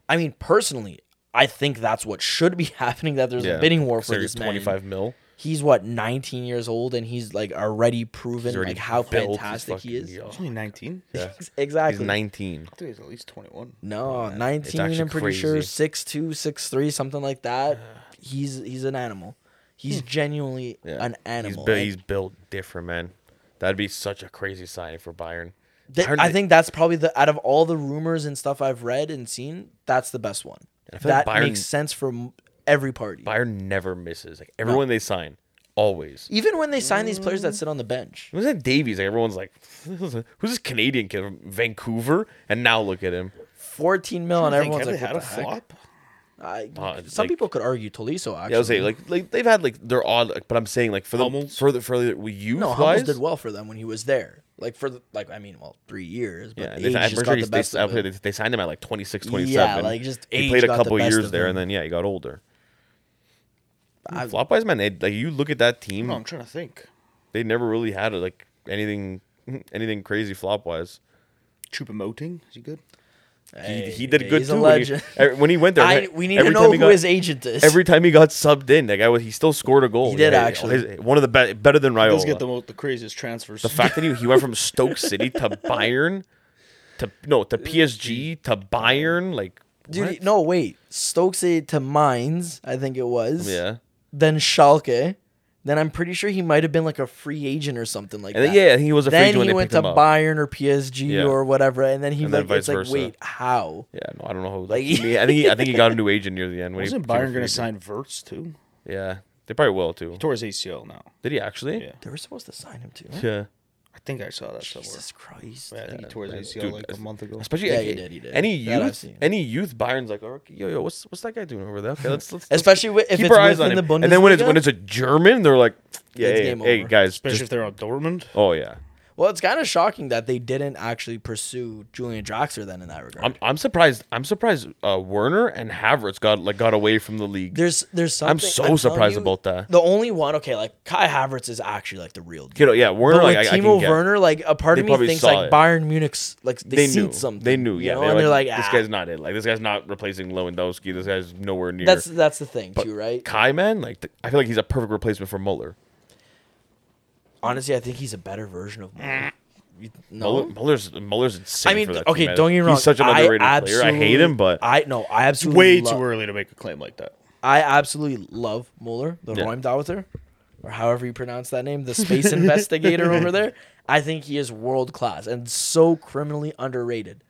I mean personally, I think that's what should be [laughs] happening. That there's Yeah. a bidding war for Consider this man. 25 mil. He's what 19 years old and he's like already proven He's already like how built. He's fantastic he fucking- is. [laughs] yeah. Only 19. Yeah. He's Exactly. 19. I think he's at least 21. No, 19. I'm actually pretty sure crazy. six two, six three, something like that. He's he's an animal. He's genuinely Hmm. Yeah. an animal. He's, bu- And he's built different, man. That'd be such a crazy signing for Bayern. th- Bayern- I think that's probably the out of all the rumors and stuff I've read and seen, that's the best one. I feel like That Bayern- makes sense for m- every party. Bayern never misses. Like everyone they sign, always. Even when they sign these players Mm. that sit on the bench. Who's that Davies? Like everyone's like, who's this Canadian kid from Vancouver? And now look at him. 14 mil and I think everyone's like, Kevin what had the a fuck? flop. I, Uh, some like- people could argue Tolisso, actually. Yeah, I was saying like, like they've had like they're odd, like, but I'm saying like for the Hummels? further further we use no, wise, Hummels did well for them when he was there. Like, for, the, like I mean, well, three years, but Yeah, age they, I'm just got pretty sure the he's- best they, of they, him. they, signed him at like 26, Yeah, 27. like, just he age played a got the couple best years of there, him. and then yeah, he got older. I- Flop wise, man, they, like you look at that team, No, I'm trying to think. they never really had like anything, anything crazy flop wise. Chupa Moting, is he good? He, Hey, he did good he's too. A when, he, legend. every- when he went there, I, every- we need to every know time who he got- his agent is. Every time he got subbed in, that guy was he still scored a goal. He did, Yeah, actually. his- one of the be- better than He Raiola. does get the, most, the craziest transfers. The fact that he, he went from Stoke City [laughs] to Bayern to no to PSG to Bayern, like Dude, what? no, wait. Stoke City to Mines, I think it was. yeah. Then Schalke. Then I'm pretty sure he might have been like a free agent or something like And then, that. yeah, he was a free then agent when he they went picked to him up. Bayern or PSG Yeah. or whatever, and then he And then like, it's vice like, versa. wait, how? Yeah, no, I don't know. Who, Like- like, I mean, I think he, I think he got a new agent near the end. When he Wasn't became a Byron going free to sign Verts too? agent. Yeah, they probably will too. Towards ACL now. Did he actually? Yeah. They were supposed to sign him too. right? Yeah. I think I saw that somewhere. Jesus Christ. Yeah, I think he tore his ACL Dude, like a month ago. Especially Yeah, like, he did, he did. Any That I've youth, seen. any youth, Byron's like, oh, yo, yo, what's what's that guy doing over there? Okay, let's, let's let's Especially wi- if keep it's our eyes on within him. the Bundesliga. And then when it's when it's a German, they're like, yeah, It's hey, game hey, over. guys, Especially just- if they're on Dortmund. oh yeah. well, it's kind of shocking that they didn't actually pursue Julian Draxler then in that regard. I'm I'm surprised. I'm surprised. Uh, Werner and Havertz got like got away from the league. there's there's something I'm so telling surprised you, about that. The only one, okay, like Kai Havertz is actually like the real deal. You know, yeah, Werner. But with like, I- I can Timo get. Werner, like a part They of me probably thinks saw like it. Bayern Munich's like they, they seen knew something. They knew, you yeah. know? they and were they're like, this ah, guy's not it. Like this guy's not replacing Lewandowski. This guy's nowhere near. that's that's the thing But too, right? Kai, man, like th- I feel like he's a perfect replacement for Muller. Honestly, I think he's a better version of Muller. Muller, Muller's Muller's insane. I mean, for that okay, team, man. don't get me wrong. He's such an I underrated player. I hate him, absolutely- but I no, I absolutely Way lo- too early to make a claim like that. I absolutely love Mueller, the Yeah. Reimdauter, or however you pronounce that name, the space investigator over there. I think he is world class and so criminally underrated.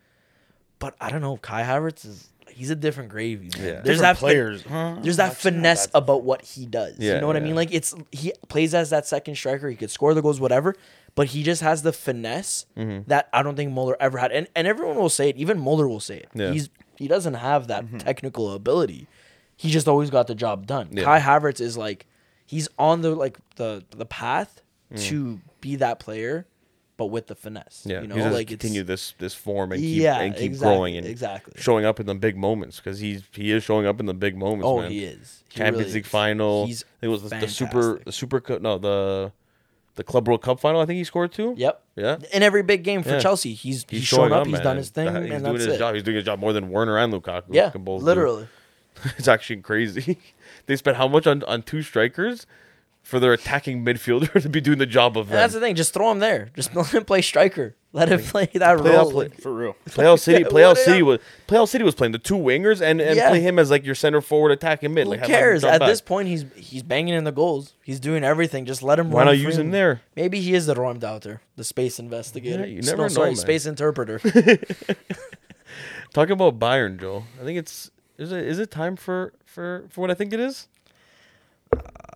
But I don't know, Kai Havertz is he's a different gravy. Man. There's Different that fin- players. Huh? There's that finesse about what he does. you Yeah, know what I yeah. mean? Like it's he plays as that second striker. He could score the goals, whatever. But he just has the finesse Mm-hmm. that I don't think Mueller ever had. And and everyone will say it. Even Mueller will say it. Yeah. He's he doesn't have that technical ability. He just always got the job done. Yeah. Kai Havertz is like he's on the like the the path to be that player, but with the finesse. Mm. yeah, you he's know, gonna like continue it's, this this form and keep Yeah, and keep exactly, growing and exactly. showing up in the big moments because he's he is showing up in the big moments. Oh, man. he is. He Champions really League is. final. He's I think it was the, the super fantastic. the super cup. No, the the Club World Cup final. I think he scored two. Yep. Yeah. In every big game for Yeah. Chelsea, he's he's, showing shown up. he's man, done and his thing, that- He's and doing that's his it. job. He's doing his job more than Werner and Lukaku. Yeah, can both do. literally. [laughs] It's actually crazy. they spent how much on, on two strikers? for their attacking [laughs] midfielder to be doing the job of And that's them. the [laughs] thing. Just throw him there. Just [laughs] let him play striker. Let him play that Play role. that play- For real. Playoff City, What Playoff did City I- was Playoff City was playing the two wingers and, and Yeah. play him as like your center forward attacking mid. Who like, have him cares? drop At back. this point, he's he's banging in the goals. He's doing everything. Just let him. Why run not use freely. him there? Maybe he is the Roamed outer, the space investigator. Yeah, you S- never no, know, sorry, man. space [laughs] interpreter. Talk about Bayern, Joel. I think it's is it is it time for for for what I think it is?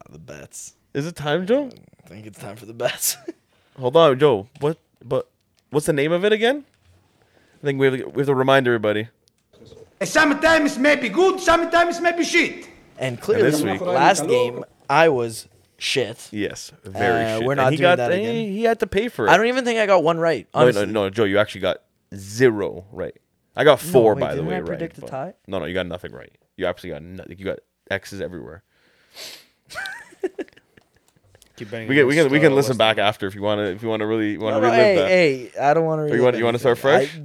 the bets. Is it time, Joel? I think it's time for the bets. [laughs] Hold on, Joel. What but what's the name of it again? I think we have, we have to remind everybody. Sometimes may be good, sometimes may be shit. and clearly, this week- last game I was shit. Yes, very. Uh, shit. we're And not he doing got, that and he- again. He, had to pay for it. I don't even think I got one right. No, no, honestly. no, Joe. You actually got zero right. I got four, wait, by the didn't way. I right? predict a but- tie? No, no, you got nothing right. You absolutely got nothing. You got X's everywhere. Keep betting We can we can against, we can uh, listen West back after if you want to if you want to really want No, to no, relive hey, that. Oh, hey, I don't want to. you wanna- you wanna start fresh?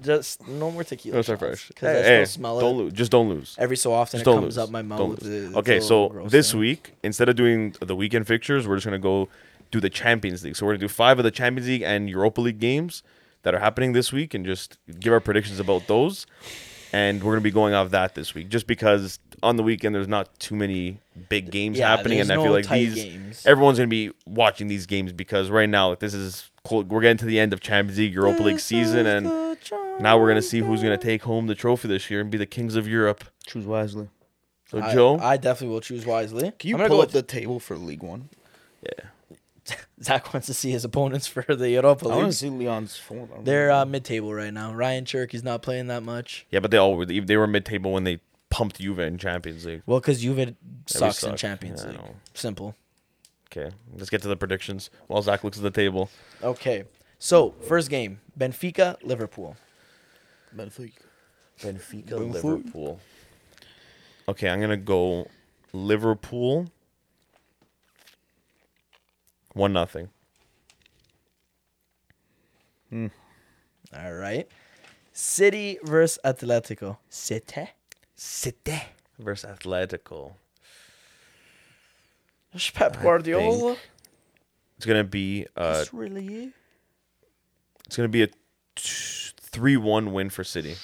just no more tequila. No, it's our shots, fresh. 'cause I Hey, still hey, smell don't it. lose. Just don't lose. Every so often, Just it don't comes lose. up my mouth. Don't lose. It's a okay, little so gross this now. week instead of doing the weekend fixtures, we're just gonna go do the Champions League. So we're gonna do five of the Champions League and Europa League games that are happening this week, and just give our predictions about those. And we're gonna be going off that this week, just because on the weekend there's not too many big games Yeah, happening, and there's I feel no like tight these games. everyone's gonna be watching these games because right now like, this is cold. we're getting to the end of Champions League, Europa League season, and now we're gonna see who's gonna take home the trophy this year and be the kings of Europe. Choose wisely. So I, Joe, I definitely will choose wisely. Can you I'm gonna pull go up with the table for League One? [laughs] Zach wants to see his opponents for the Europa I want League. to see Leon's form. I don't They're know. uh, mid-table right now. Ryan Cherky's not playing that much. yeah, but they all were they were mid table when they pumped Juve in Champions League. Well, because Juve sucks in suck. Champions Yeah, I League. know. Simple. Okay, let's get to the predictions while Zach looks at the table. Okay, so first game: Benfica Liverpool. Benfica. Benfica, Liverpool. Okay, I'm gonna go Liverpool. One nothing. All right, City versus Atletico. City. City. Versus Atletico. Pep Guardiola. It's gonna be uh That's really you. it's gonna be a three one win for City.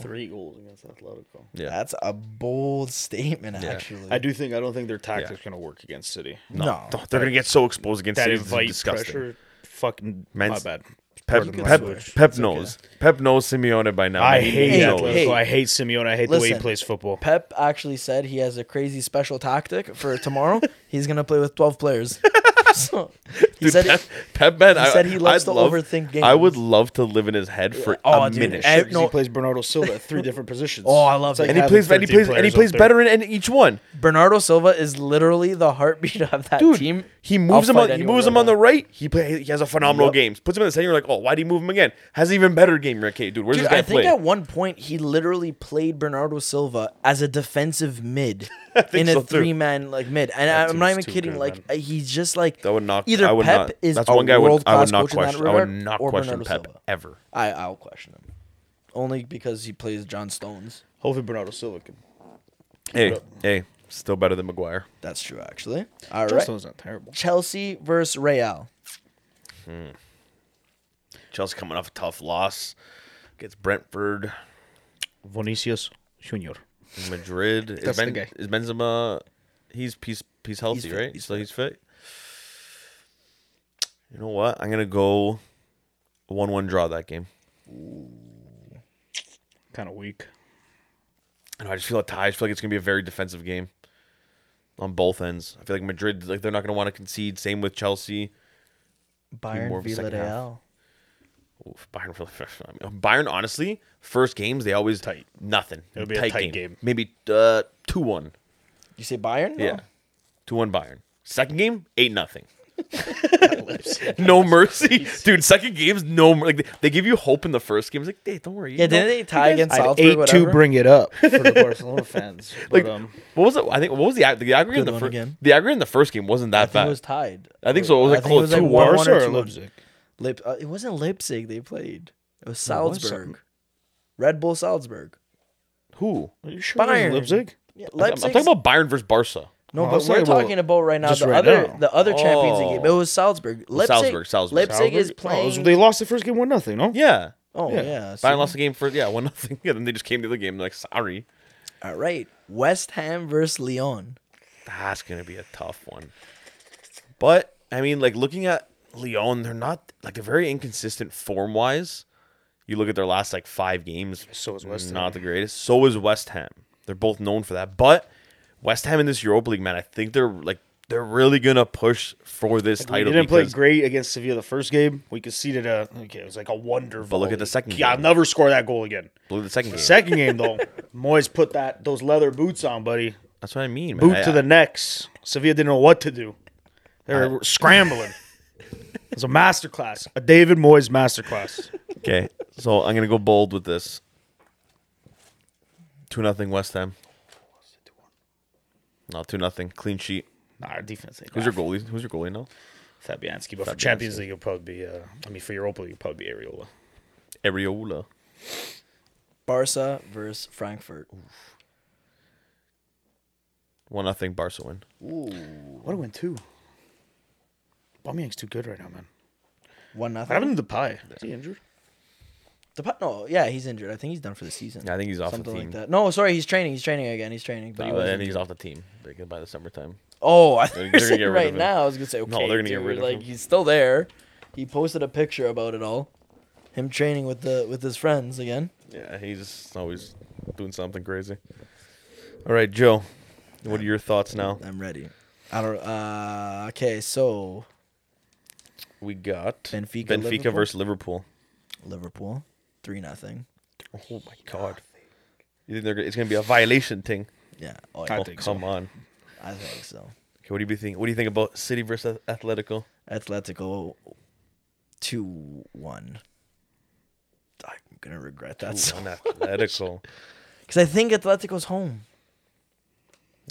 Three goals against Atletico. Yeah. That's a bold statement, actually. I do think I don't think their tactics Yeah. gonna work against City. no. Oh, they're gonna get so exposed against That City. This is invite disgusting. pressure. Fucking Man's- my bad. Pep, Pardon my Pep, language. Pep knows. Pep knows Simeone by now. I He hate Hey, knows. Atletico. hey. I hate Simeone. I hate the way he Listen. plays [laughs] football. Pep actually said he has a crazy special tactic for tomorrow. [laughs] He's gonna play with twelve players. so he Dude, said Pep, Pep man, I said he loves I'd to love, overthink I would games. love to live in his head for Oh, a dude, ev- minute. And, Shit, 'cause no- he plays Bernardo Silva at three different positions. Oh, I love It's that. he having plays, and he 13 plays, and he players plays up there. better in, in each one. Bernardo Silva is literally the heartbeat of that Dude, team. he moves I'll him on. fight He anyone moves right him on now. the right. He play. He has a phenomenal Yup. games. Puts him in the center. You're like, oh, why did he move him again? Has an even better game. You're like, okay, dude, where's Dude, this guy I think play? at one point he literally played Bernardo Silva as a defensive [laughs] mid in a so, too. three-man like mid, and I, I'm team's not even too kidding. good, like uh, man. he's just like that would not. Either I would Pep not. is that's a one guy I would. I world-class would not coach in that question. I would regard, not or question Bernardo Pep Silva. ever. I I'll question him only because he plays John Stones. Hopefully, Bernardo Silva can. Hey, hey, still better than Maguire. That's true, actually. All John right. Stone's uh, not terrible. Chelsea versus Real. Chelsea coming off a tough loss against Brentford. Vinicius Junior. Madrid. Is, That's the ben, guy. is Benzema? He's he's he's healthy, fit, right? he's so he's fit. You know what? I'm gonna go one-one draw that game. Kind of weak. And I just feel a tie. I just feel like it's gonna be a very defensive game on both ends. I feel like Madrid, like they're not gonna want to concede. Same with Chelsea. more Bayern of a second Villarreal. Oof, Bayern, really- [laughs] I mean, Bayern, honestly, first games they always tight nothing. It'll be a tight game. Maybe uh, two-one. You say Bayern? No. Yeah, two-one Bayern. Second game, eight nothing. no mercy, dude. Second games, no mer- like they, they give you hope in the first game. It's like, hey, don't worry. you Yeah, didn't know- they tie against I'd Salzburg? eight to whatever? bring it up for the [laughs] Barcelona fans. Like, But, um, what was it? I think what was the ag- the aggregate in Good the one first again. the aggregate in the first game wasn't that I think bad. it was tied. I think so. It was I like think it close was like to one, one. one or Barca two or one. Leipzig. Lip, uh, it wasn't Leipzig they played. It was No, it was Salzburg. something. Red Bull Salzburg. Who? Are you sure it was Bayern. Leipzig? Yeah, I'm- I'm Leipzig. talking about Bayern versus Barca. No, Well, but I'll we're say, well, talking about right now just the right other now. the other Champions League Oh. game. It was Salzburg. Leipzig, Salzburg, Salzburg. Leipzig is Salzburg? Oh, playing. so they lost the first game one nothing. No. Yeah. oh yeah, yeah. Bayern so- lost the game for yeah one [laughs] nothing, and then they just came to the game like sorry. all right. West Ham versus Lyon. That's gonna be a tough one. But I mean, like looking at Lyon, they're not like they're very inconsistent form wise. You look at their last like five games. So is West Not Ham. the greatest. So is West Ham. They're both known for that. But West Ham in this Europa League, man, I think they're like they're really gonna push for this We title. didn't play because- great against Sevilla the first game. We conceded a okay, it was like a wonder. But look at volley. the second Yeah, I'll game. never score that goal again. Blew the second game. Second [laughs] game though, Moyes put that those leather boots on, buddy. That's what I mean. Man. Boot I- to the necks. Sevilla didn't know what to do. They were scrambling. [laughs] It was a masterclass, a David Moyes masterclass. Okay, so I'm gonna go bold with this. Two nothing West Ham. No, two nothing. Clean sheet. Nah, our defense. Ain't Who's bad. your goalie? Who's your goalie now? Fabianski, but for Champions League, it'll probably be. Uh, I mean, for Europa League, it'll probably be Areola. Areola. Barca versus Frankfurt. One nothing. Barca win. What a win too. Aubameyang's too good right now, man. One What nothing. happened to Depay? Is he injured? Dep- no, yeah, he's injured. I think he's done for the season. Yeah, I think he's off the Something team. like that. No, sorry, he's training. He's training again. He's training. But he Uh, was and injured. he's off the team They can by the summertime. Oh, I They're- think they're gonna get rid of right him. now. I was gonna say okay. they're gonna get dude, rid of like him. he's still there. He posted a picture about it all. Him training with the with his friends again. Yeah, he's always doing something crazy. All right, Joe. What are your thoughts now? I'm ready. I don't. Uh, okay, so We got Benfica, Benfica Liverpool? versus Liverpool. Liverpool three nothing. Oh my god. You think they're gonna, it's gonna be a violation thing? Yeah, oh, oh, yeah, come on. I think so. Okay, what do you think? What do you think about City versus Atletico? Atletico two one. I'm gonna regret that Ooh, so on Atletico. because I think Atletico's home.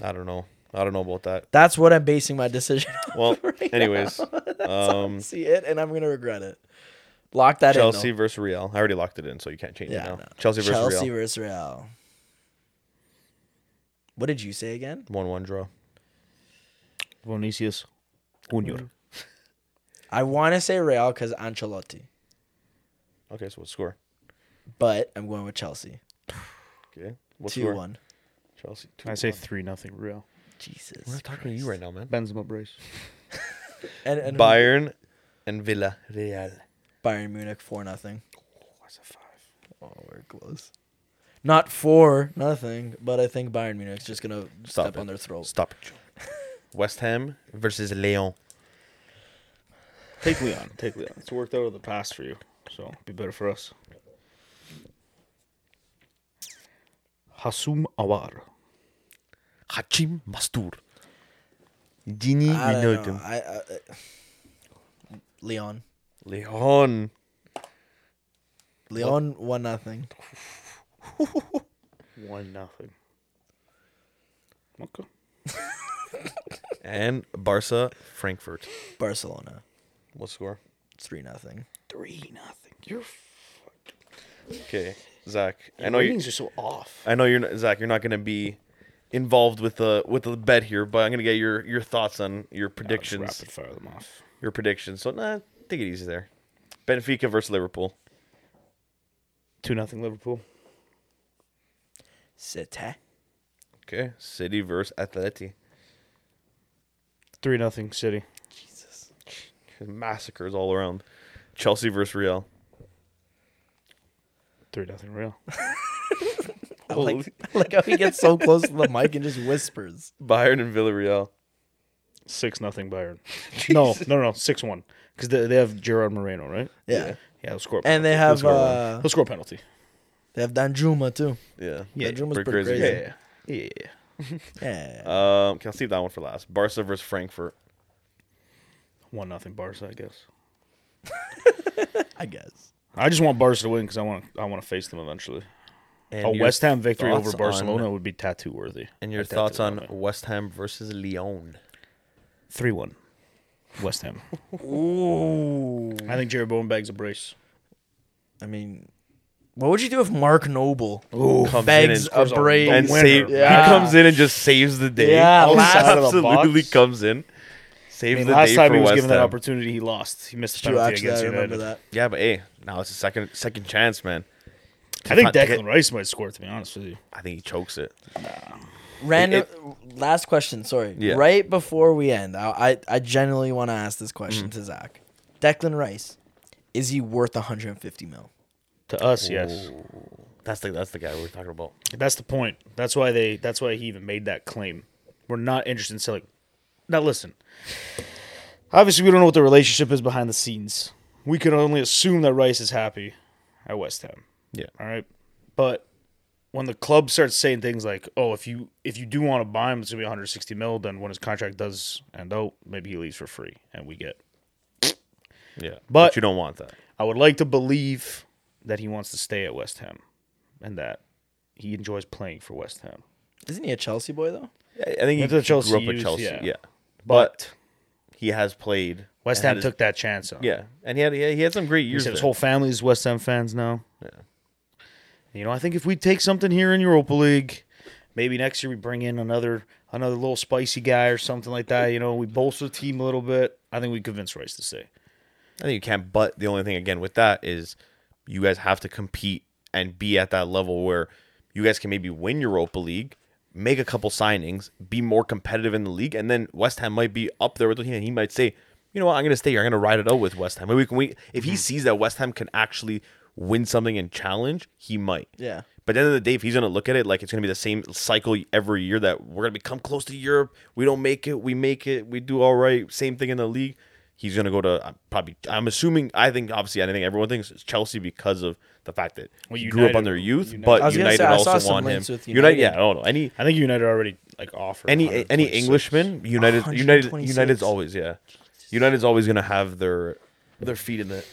I don't know. I don't know [laughs] about that. That's what I'm basing my decision [laughs] on. Well, [laughs] anyways, I um, see it, and I'm gonna regret it. Lock that Chelsea in. though. versus Real. I already locked it in, so you can't change it now. no. Chelsea versus Chelsea Real. versus Real. What did you say again? One-one draw. Vinicius Junior. I want to say Real because Ancelotti, Okay, so what score? but I'm going with Chelsea. Okay, what Two score? one. Chelsea. Two, I say three nothing. Real. Jesus. We're not talking to you right now, man. Benzema brace. And, and who- Bayern and Villa Real. Bayern Munich four nothing. Oh, we're close. Not four nothing, but I think Bayern Munich's just gonna Stop step it. on their throat. Stop [laughs] it. Joe. West Ham versus Leon. Take Leon. Take Leon. It's worked out of the past for you, so it'd be better for us. Hasum Awar. Hachim Mastur. Gini I don't know. Wijnaldum. I, uh, I, I- Leon. Leon. Leon one nothing. One nothing. Okay. And Barca Frankfurt. Barcelona What score? three nothing. Three nothing. Your Okay, Zach. I I know you. ratings are so off. I know you're not, Zach. You're not going to be involved with the with the bet here, but I'm going to get your your thoughts on your I'll predictions. just rapid fire them off. your predictions. So nah, take it easy there. Benfica versus Liverpool. Two nothing Liverpool. City. Okay, City versus Atleti. Three nothing City. Massacres all around. Chelsea versus Real. Three nothing [laughs] Real. I Like, I like how he gets so close to the mic and just whispers. [laughs] Bayern and Villarreal. Six nothing Bayern. no, no, no, six one because they, they have Gerard Moreno, right? Yeah. Yeah, they'll score. a And they penalty. have, They'll score, uh, will score a penalty. They have Danjuma too. Yeah, Yeah, Drew was pretty pretty crazy. crazy. Yeah, yeah. Yeah. Um, okay, I'll save that one for last. Barca versus Frankfurt. One nothing Barca, I guess. I guess. I just want Barca to win because I want I want to face them eventually. And a your Oh, West Ham victory thoughts over Barcelona On, would be tattoo worthy. and your thoughts on West Ham versus Lyon. three one, West Ham. Ooh. I think Jared Bowen bags a brace. I mean, What would you do if Mark Noble Comes begs in a and, break? and winner. save, Yeah. he comes in and just saves the day. Yeah, He last- Outside of the box. absolutely comes in, I saves mean, the last day time for he was West given that Ham. opportunity, he lost. He missed the True, penalty actually, I against remember United. that. Yeah, but hey, now it's a second second chance, man. I think To get- Declan Rice might score. To be honest with you, I think he chokes it. Random. last question. Sorry. Yeah. Right before we end, I I, I genuinely want to ask this question Mm-hmm. to Zach. Declan Rice, is he worth 150 mil? to us, yes. That's the that's the guy we're talking about. That's the point. That's why they. That's why he even made that claim. We're not interested in selling. Now listen. Obviously, we don't know what the relationship is behind the scenes. We can only assume that Rice is happy at West Ham. Yeah. All right. But when the club starts saying things like, "Oh, if you if you do want to buy him, it's gonna be 160 mil." Then when his contract does end out, maybe he leaves for free, and we get. Yeah, but, But- you don't want that. I would like to believe that he wants to stay at West Ham, and that he enjoys playing for West Ham. Isn't he a Chelsea boy though? I I think he Went to grew Chelsea up with youth, Chelsea. Yeah, yeah. but he has played. West and had Ham his- took that chance on. him. Yeah, and he had he had some great He years. said his there. whole family's West Ham fans now. Yeah. You know, I think if we take something here in Europa League, maybe next year we bring in another another little spicy guy or something like that. You know, we bolster the team a little bit. I think we convince Rice to stay. I think you can, but the only thing again with that is you guys have to compete and be at that level where you guys can maybe win Europa League, make a couple signings, be more competitive in the league, and then West Ham might be up there with him, and he might say, you know what, I'm gonna stay here, I'm gonna ride it out with West Ham. Maybe we can we if he sees that West Ham can actually win something and challenge, he might. Yeah. But at the end of the day, if he's gonna look at it like it's gonna be the same cycle every year that we're gonna become close to Europe, we don't make it, we make it, we do all right, same thing in the league. He's gonna go to uh, probably. I'm assuming. I think obviously. I think everyone thinks it's Chelsea because of the fact that Well, he grew up on United- their youth, United- but I was gonna United say, I saw also some want him. links with United, yeah, I United. don't know any I think United already like offered any any 126. Englishman. United United 126. United's always yeah. United's always gonna have their their feet in the.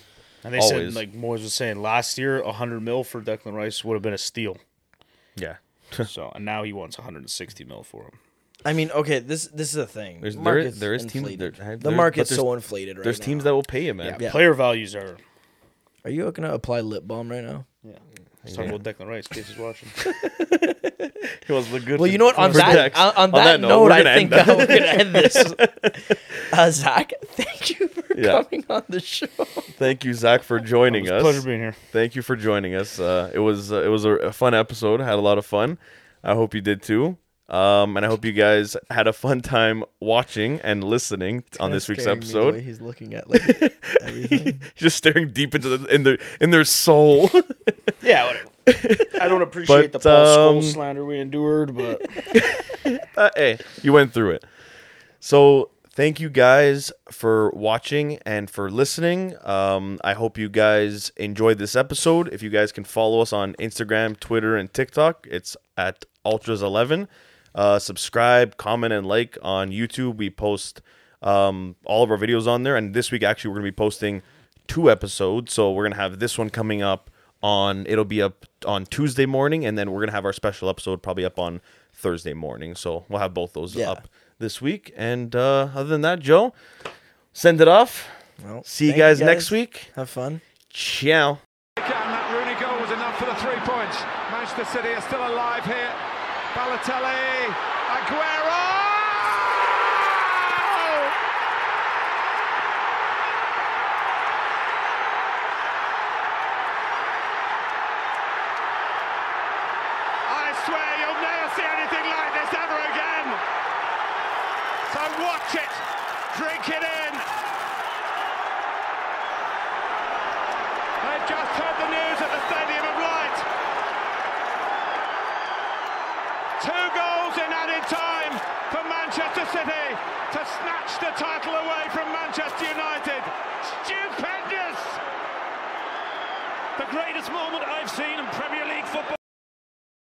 And they always. said like Moyes was saying last year, 100 mil for Declan Rice would have been a steal. Yeah, so and now he wants 160 mil for him. I mean, okay, this this is a thing. There's- The there is- market's there is teams- inflated. there- the there- market's but so inflated right there's now. teams that will pay him, man. Yeah. Player values are. Are you gonna apply lip balm right now? Let's talk about Declan Rice. Case he's [laughs] watching. He was the good. Well, you know what? On for that, Dex. on, on that note, we're gonna I end think uh, we're gonna end [laughs] this. Uh, Zach, thank you for Yeah. coming on the show. Thank you, Zach, for joining It's a us. pleasure being here. Thank you for joining us. Uh, it was uh, it was a, a fun episode. Had a lot of fun. I hope you did too. Um, and I hope you guys had a fun time watching and listening on this week's Scaring me the way episode. he's looking at like [laughs] everything. [laughs] Just staring deep into the, in their in their soul. [laughs] Yeah, whatever. [laughs] I don't appreciate But, the Paul um, Scholes slander we endured, [laughs] but Uh, hey, you went through it. So thank you guys for watching and for listening. Um, I hope you guys enjoyed this episode. If you guys can follow us on Instagram, Twitter, and TikTok, it's at Ultras11. Uh, subscribe, comment, and like on YouTube. We post um, all of our videos on there. And this week, actually, we're going to be posting two episodes. So we're going to have this one coming up on it'll be up on Tuesday morning and then we're going to have our special episode probably up on Thursday morning. So we'll have both those Yeah. up this week. And uh, other than that, Joe, send it off. Well, See you thank guys next week. Have fun. Ciao. And that Rooney goal was enough for the three points. Manchester City are still alive here. Balotelli, Aguero! I swear you'll never see anything like this ever again. So watch it, drink it in. They've just heard the news at the Stadium of Light. Two goals in added time for Manchester City to snatch the title away from Manchester United. Stupendous! The greatest moment I've seen in Premier League football.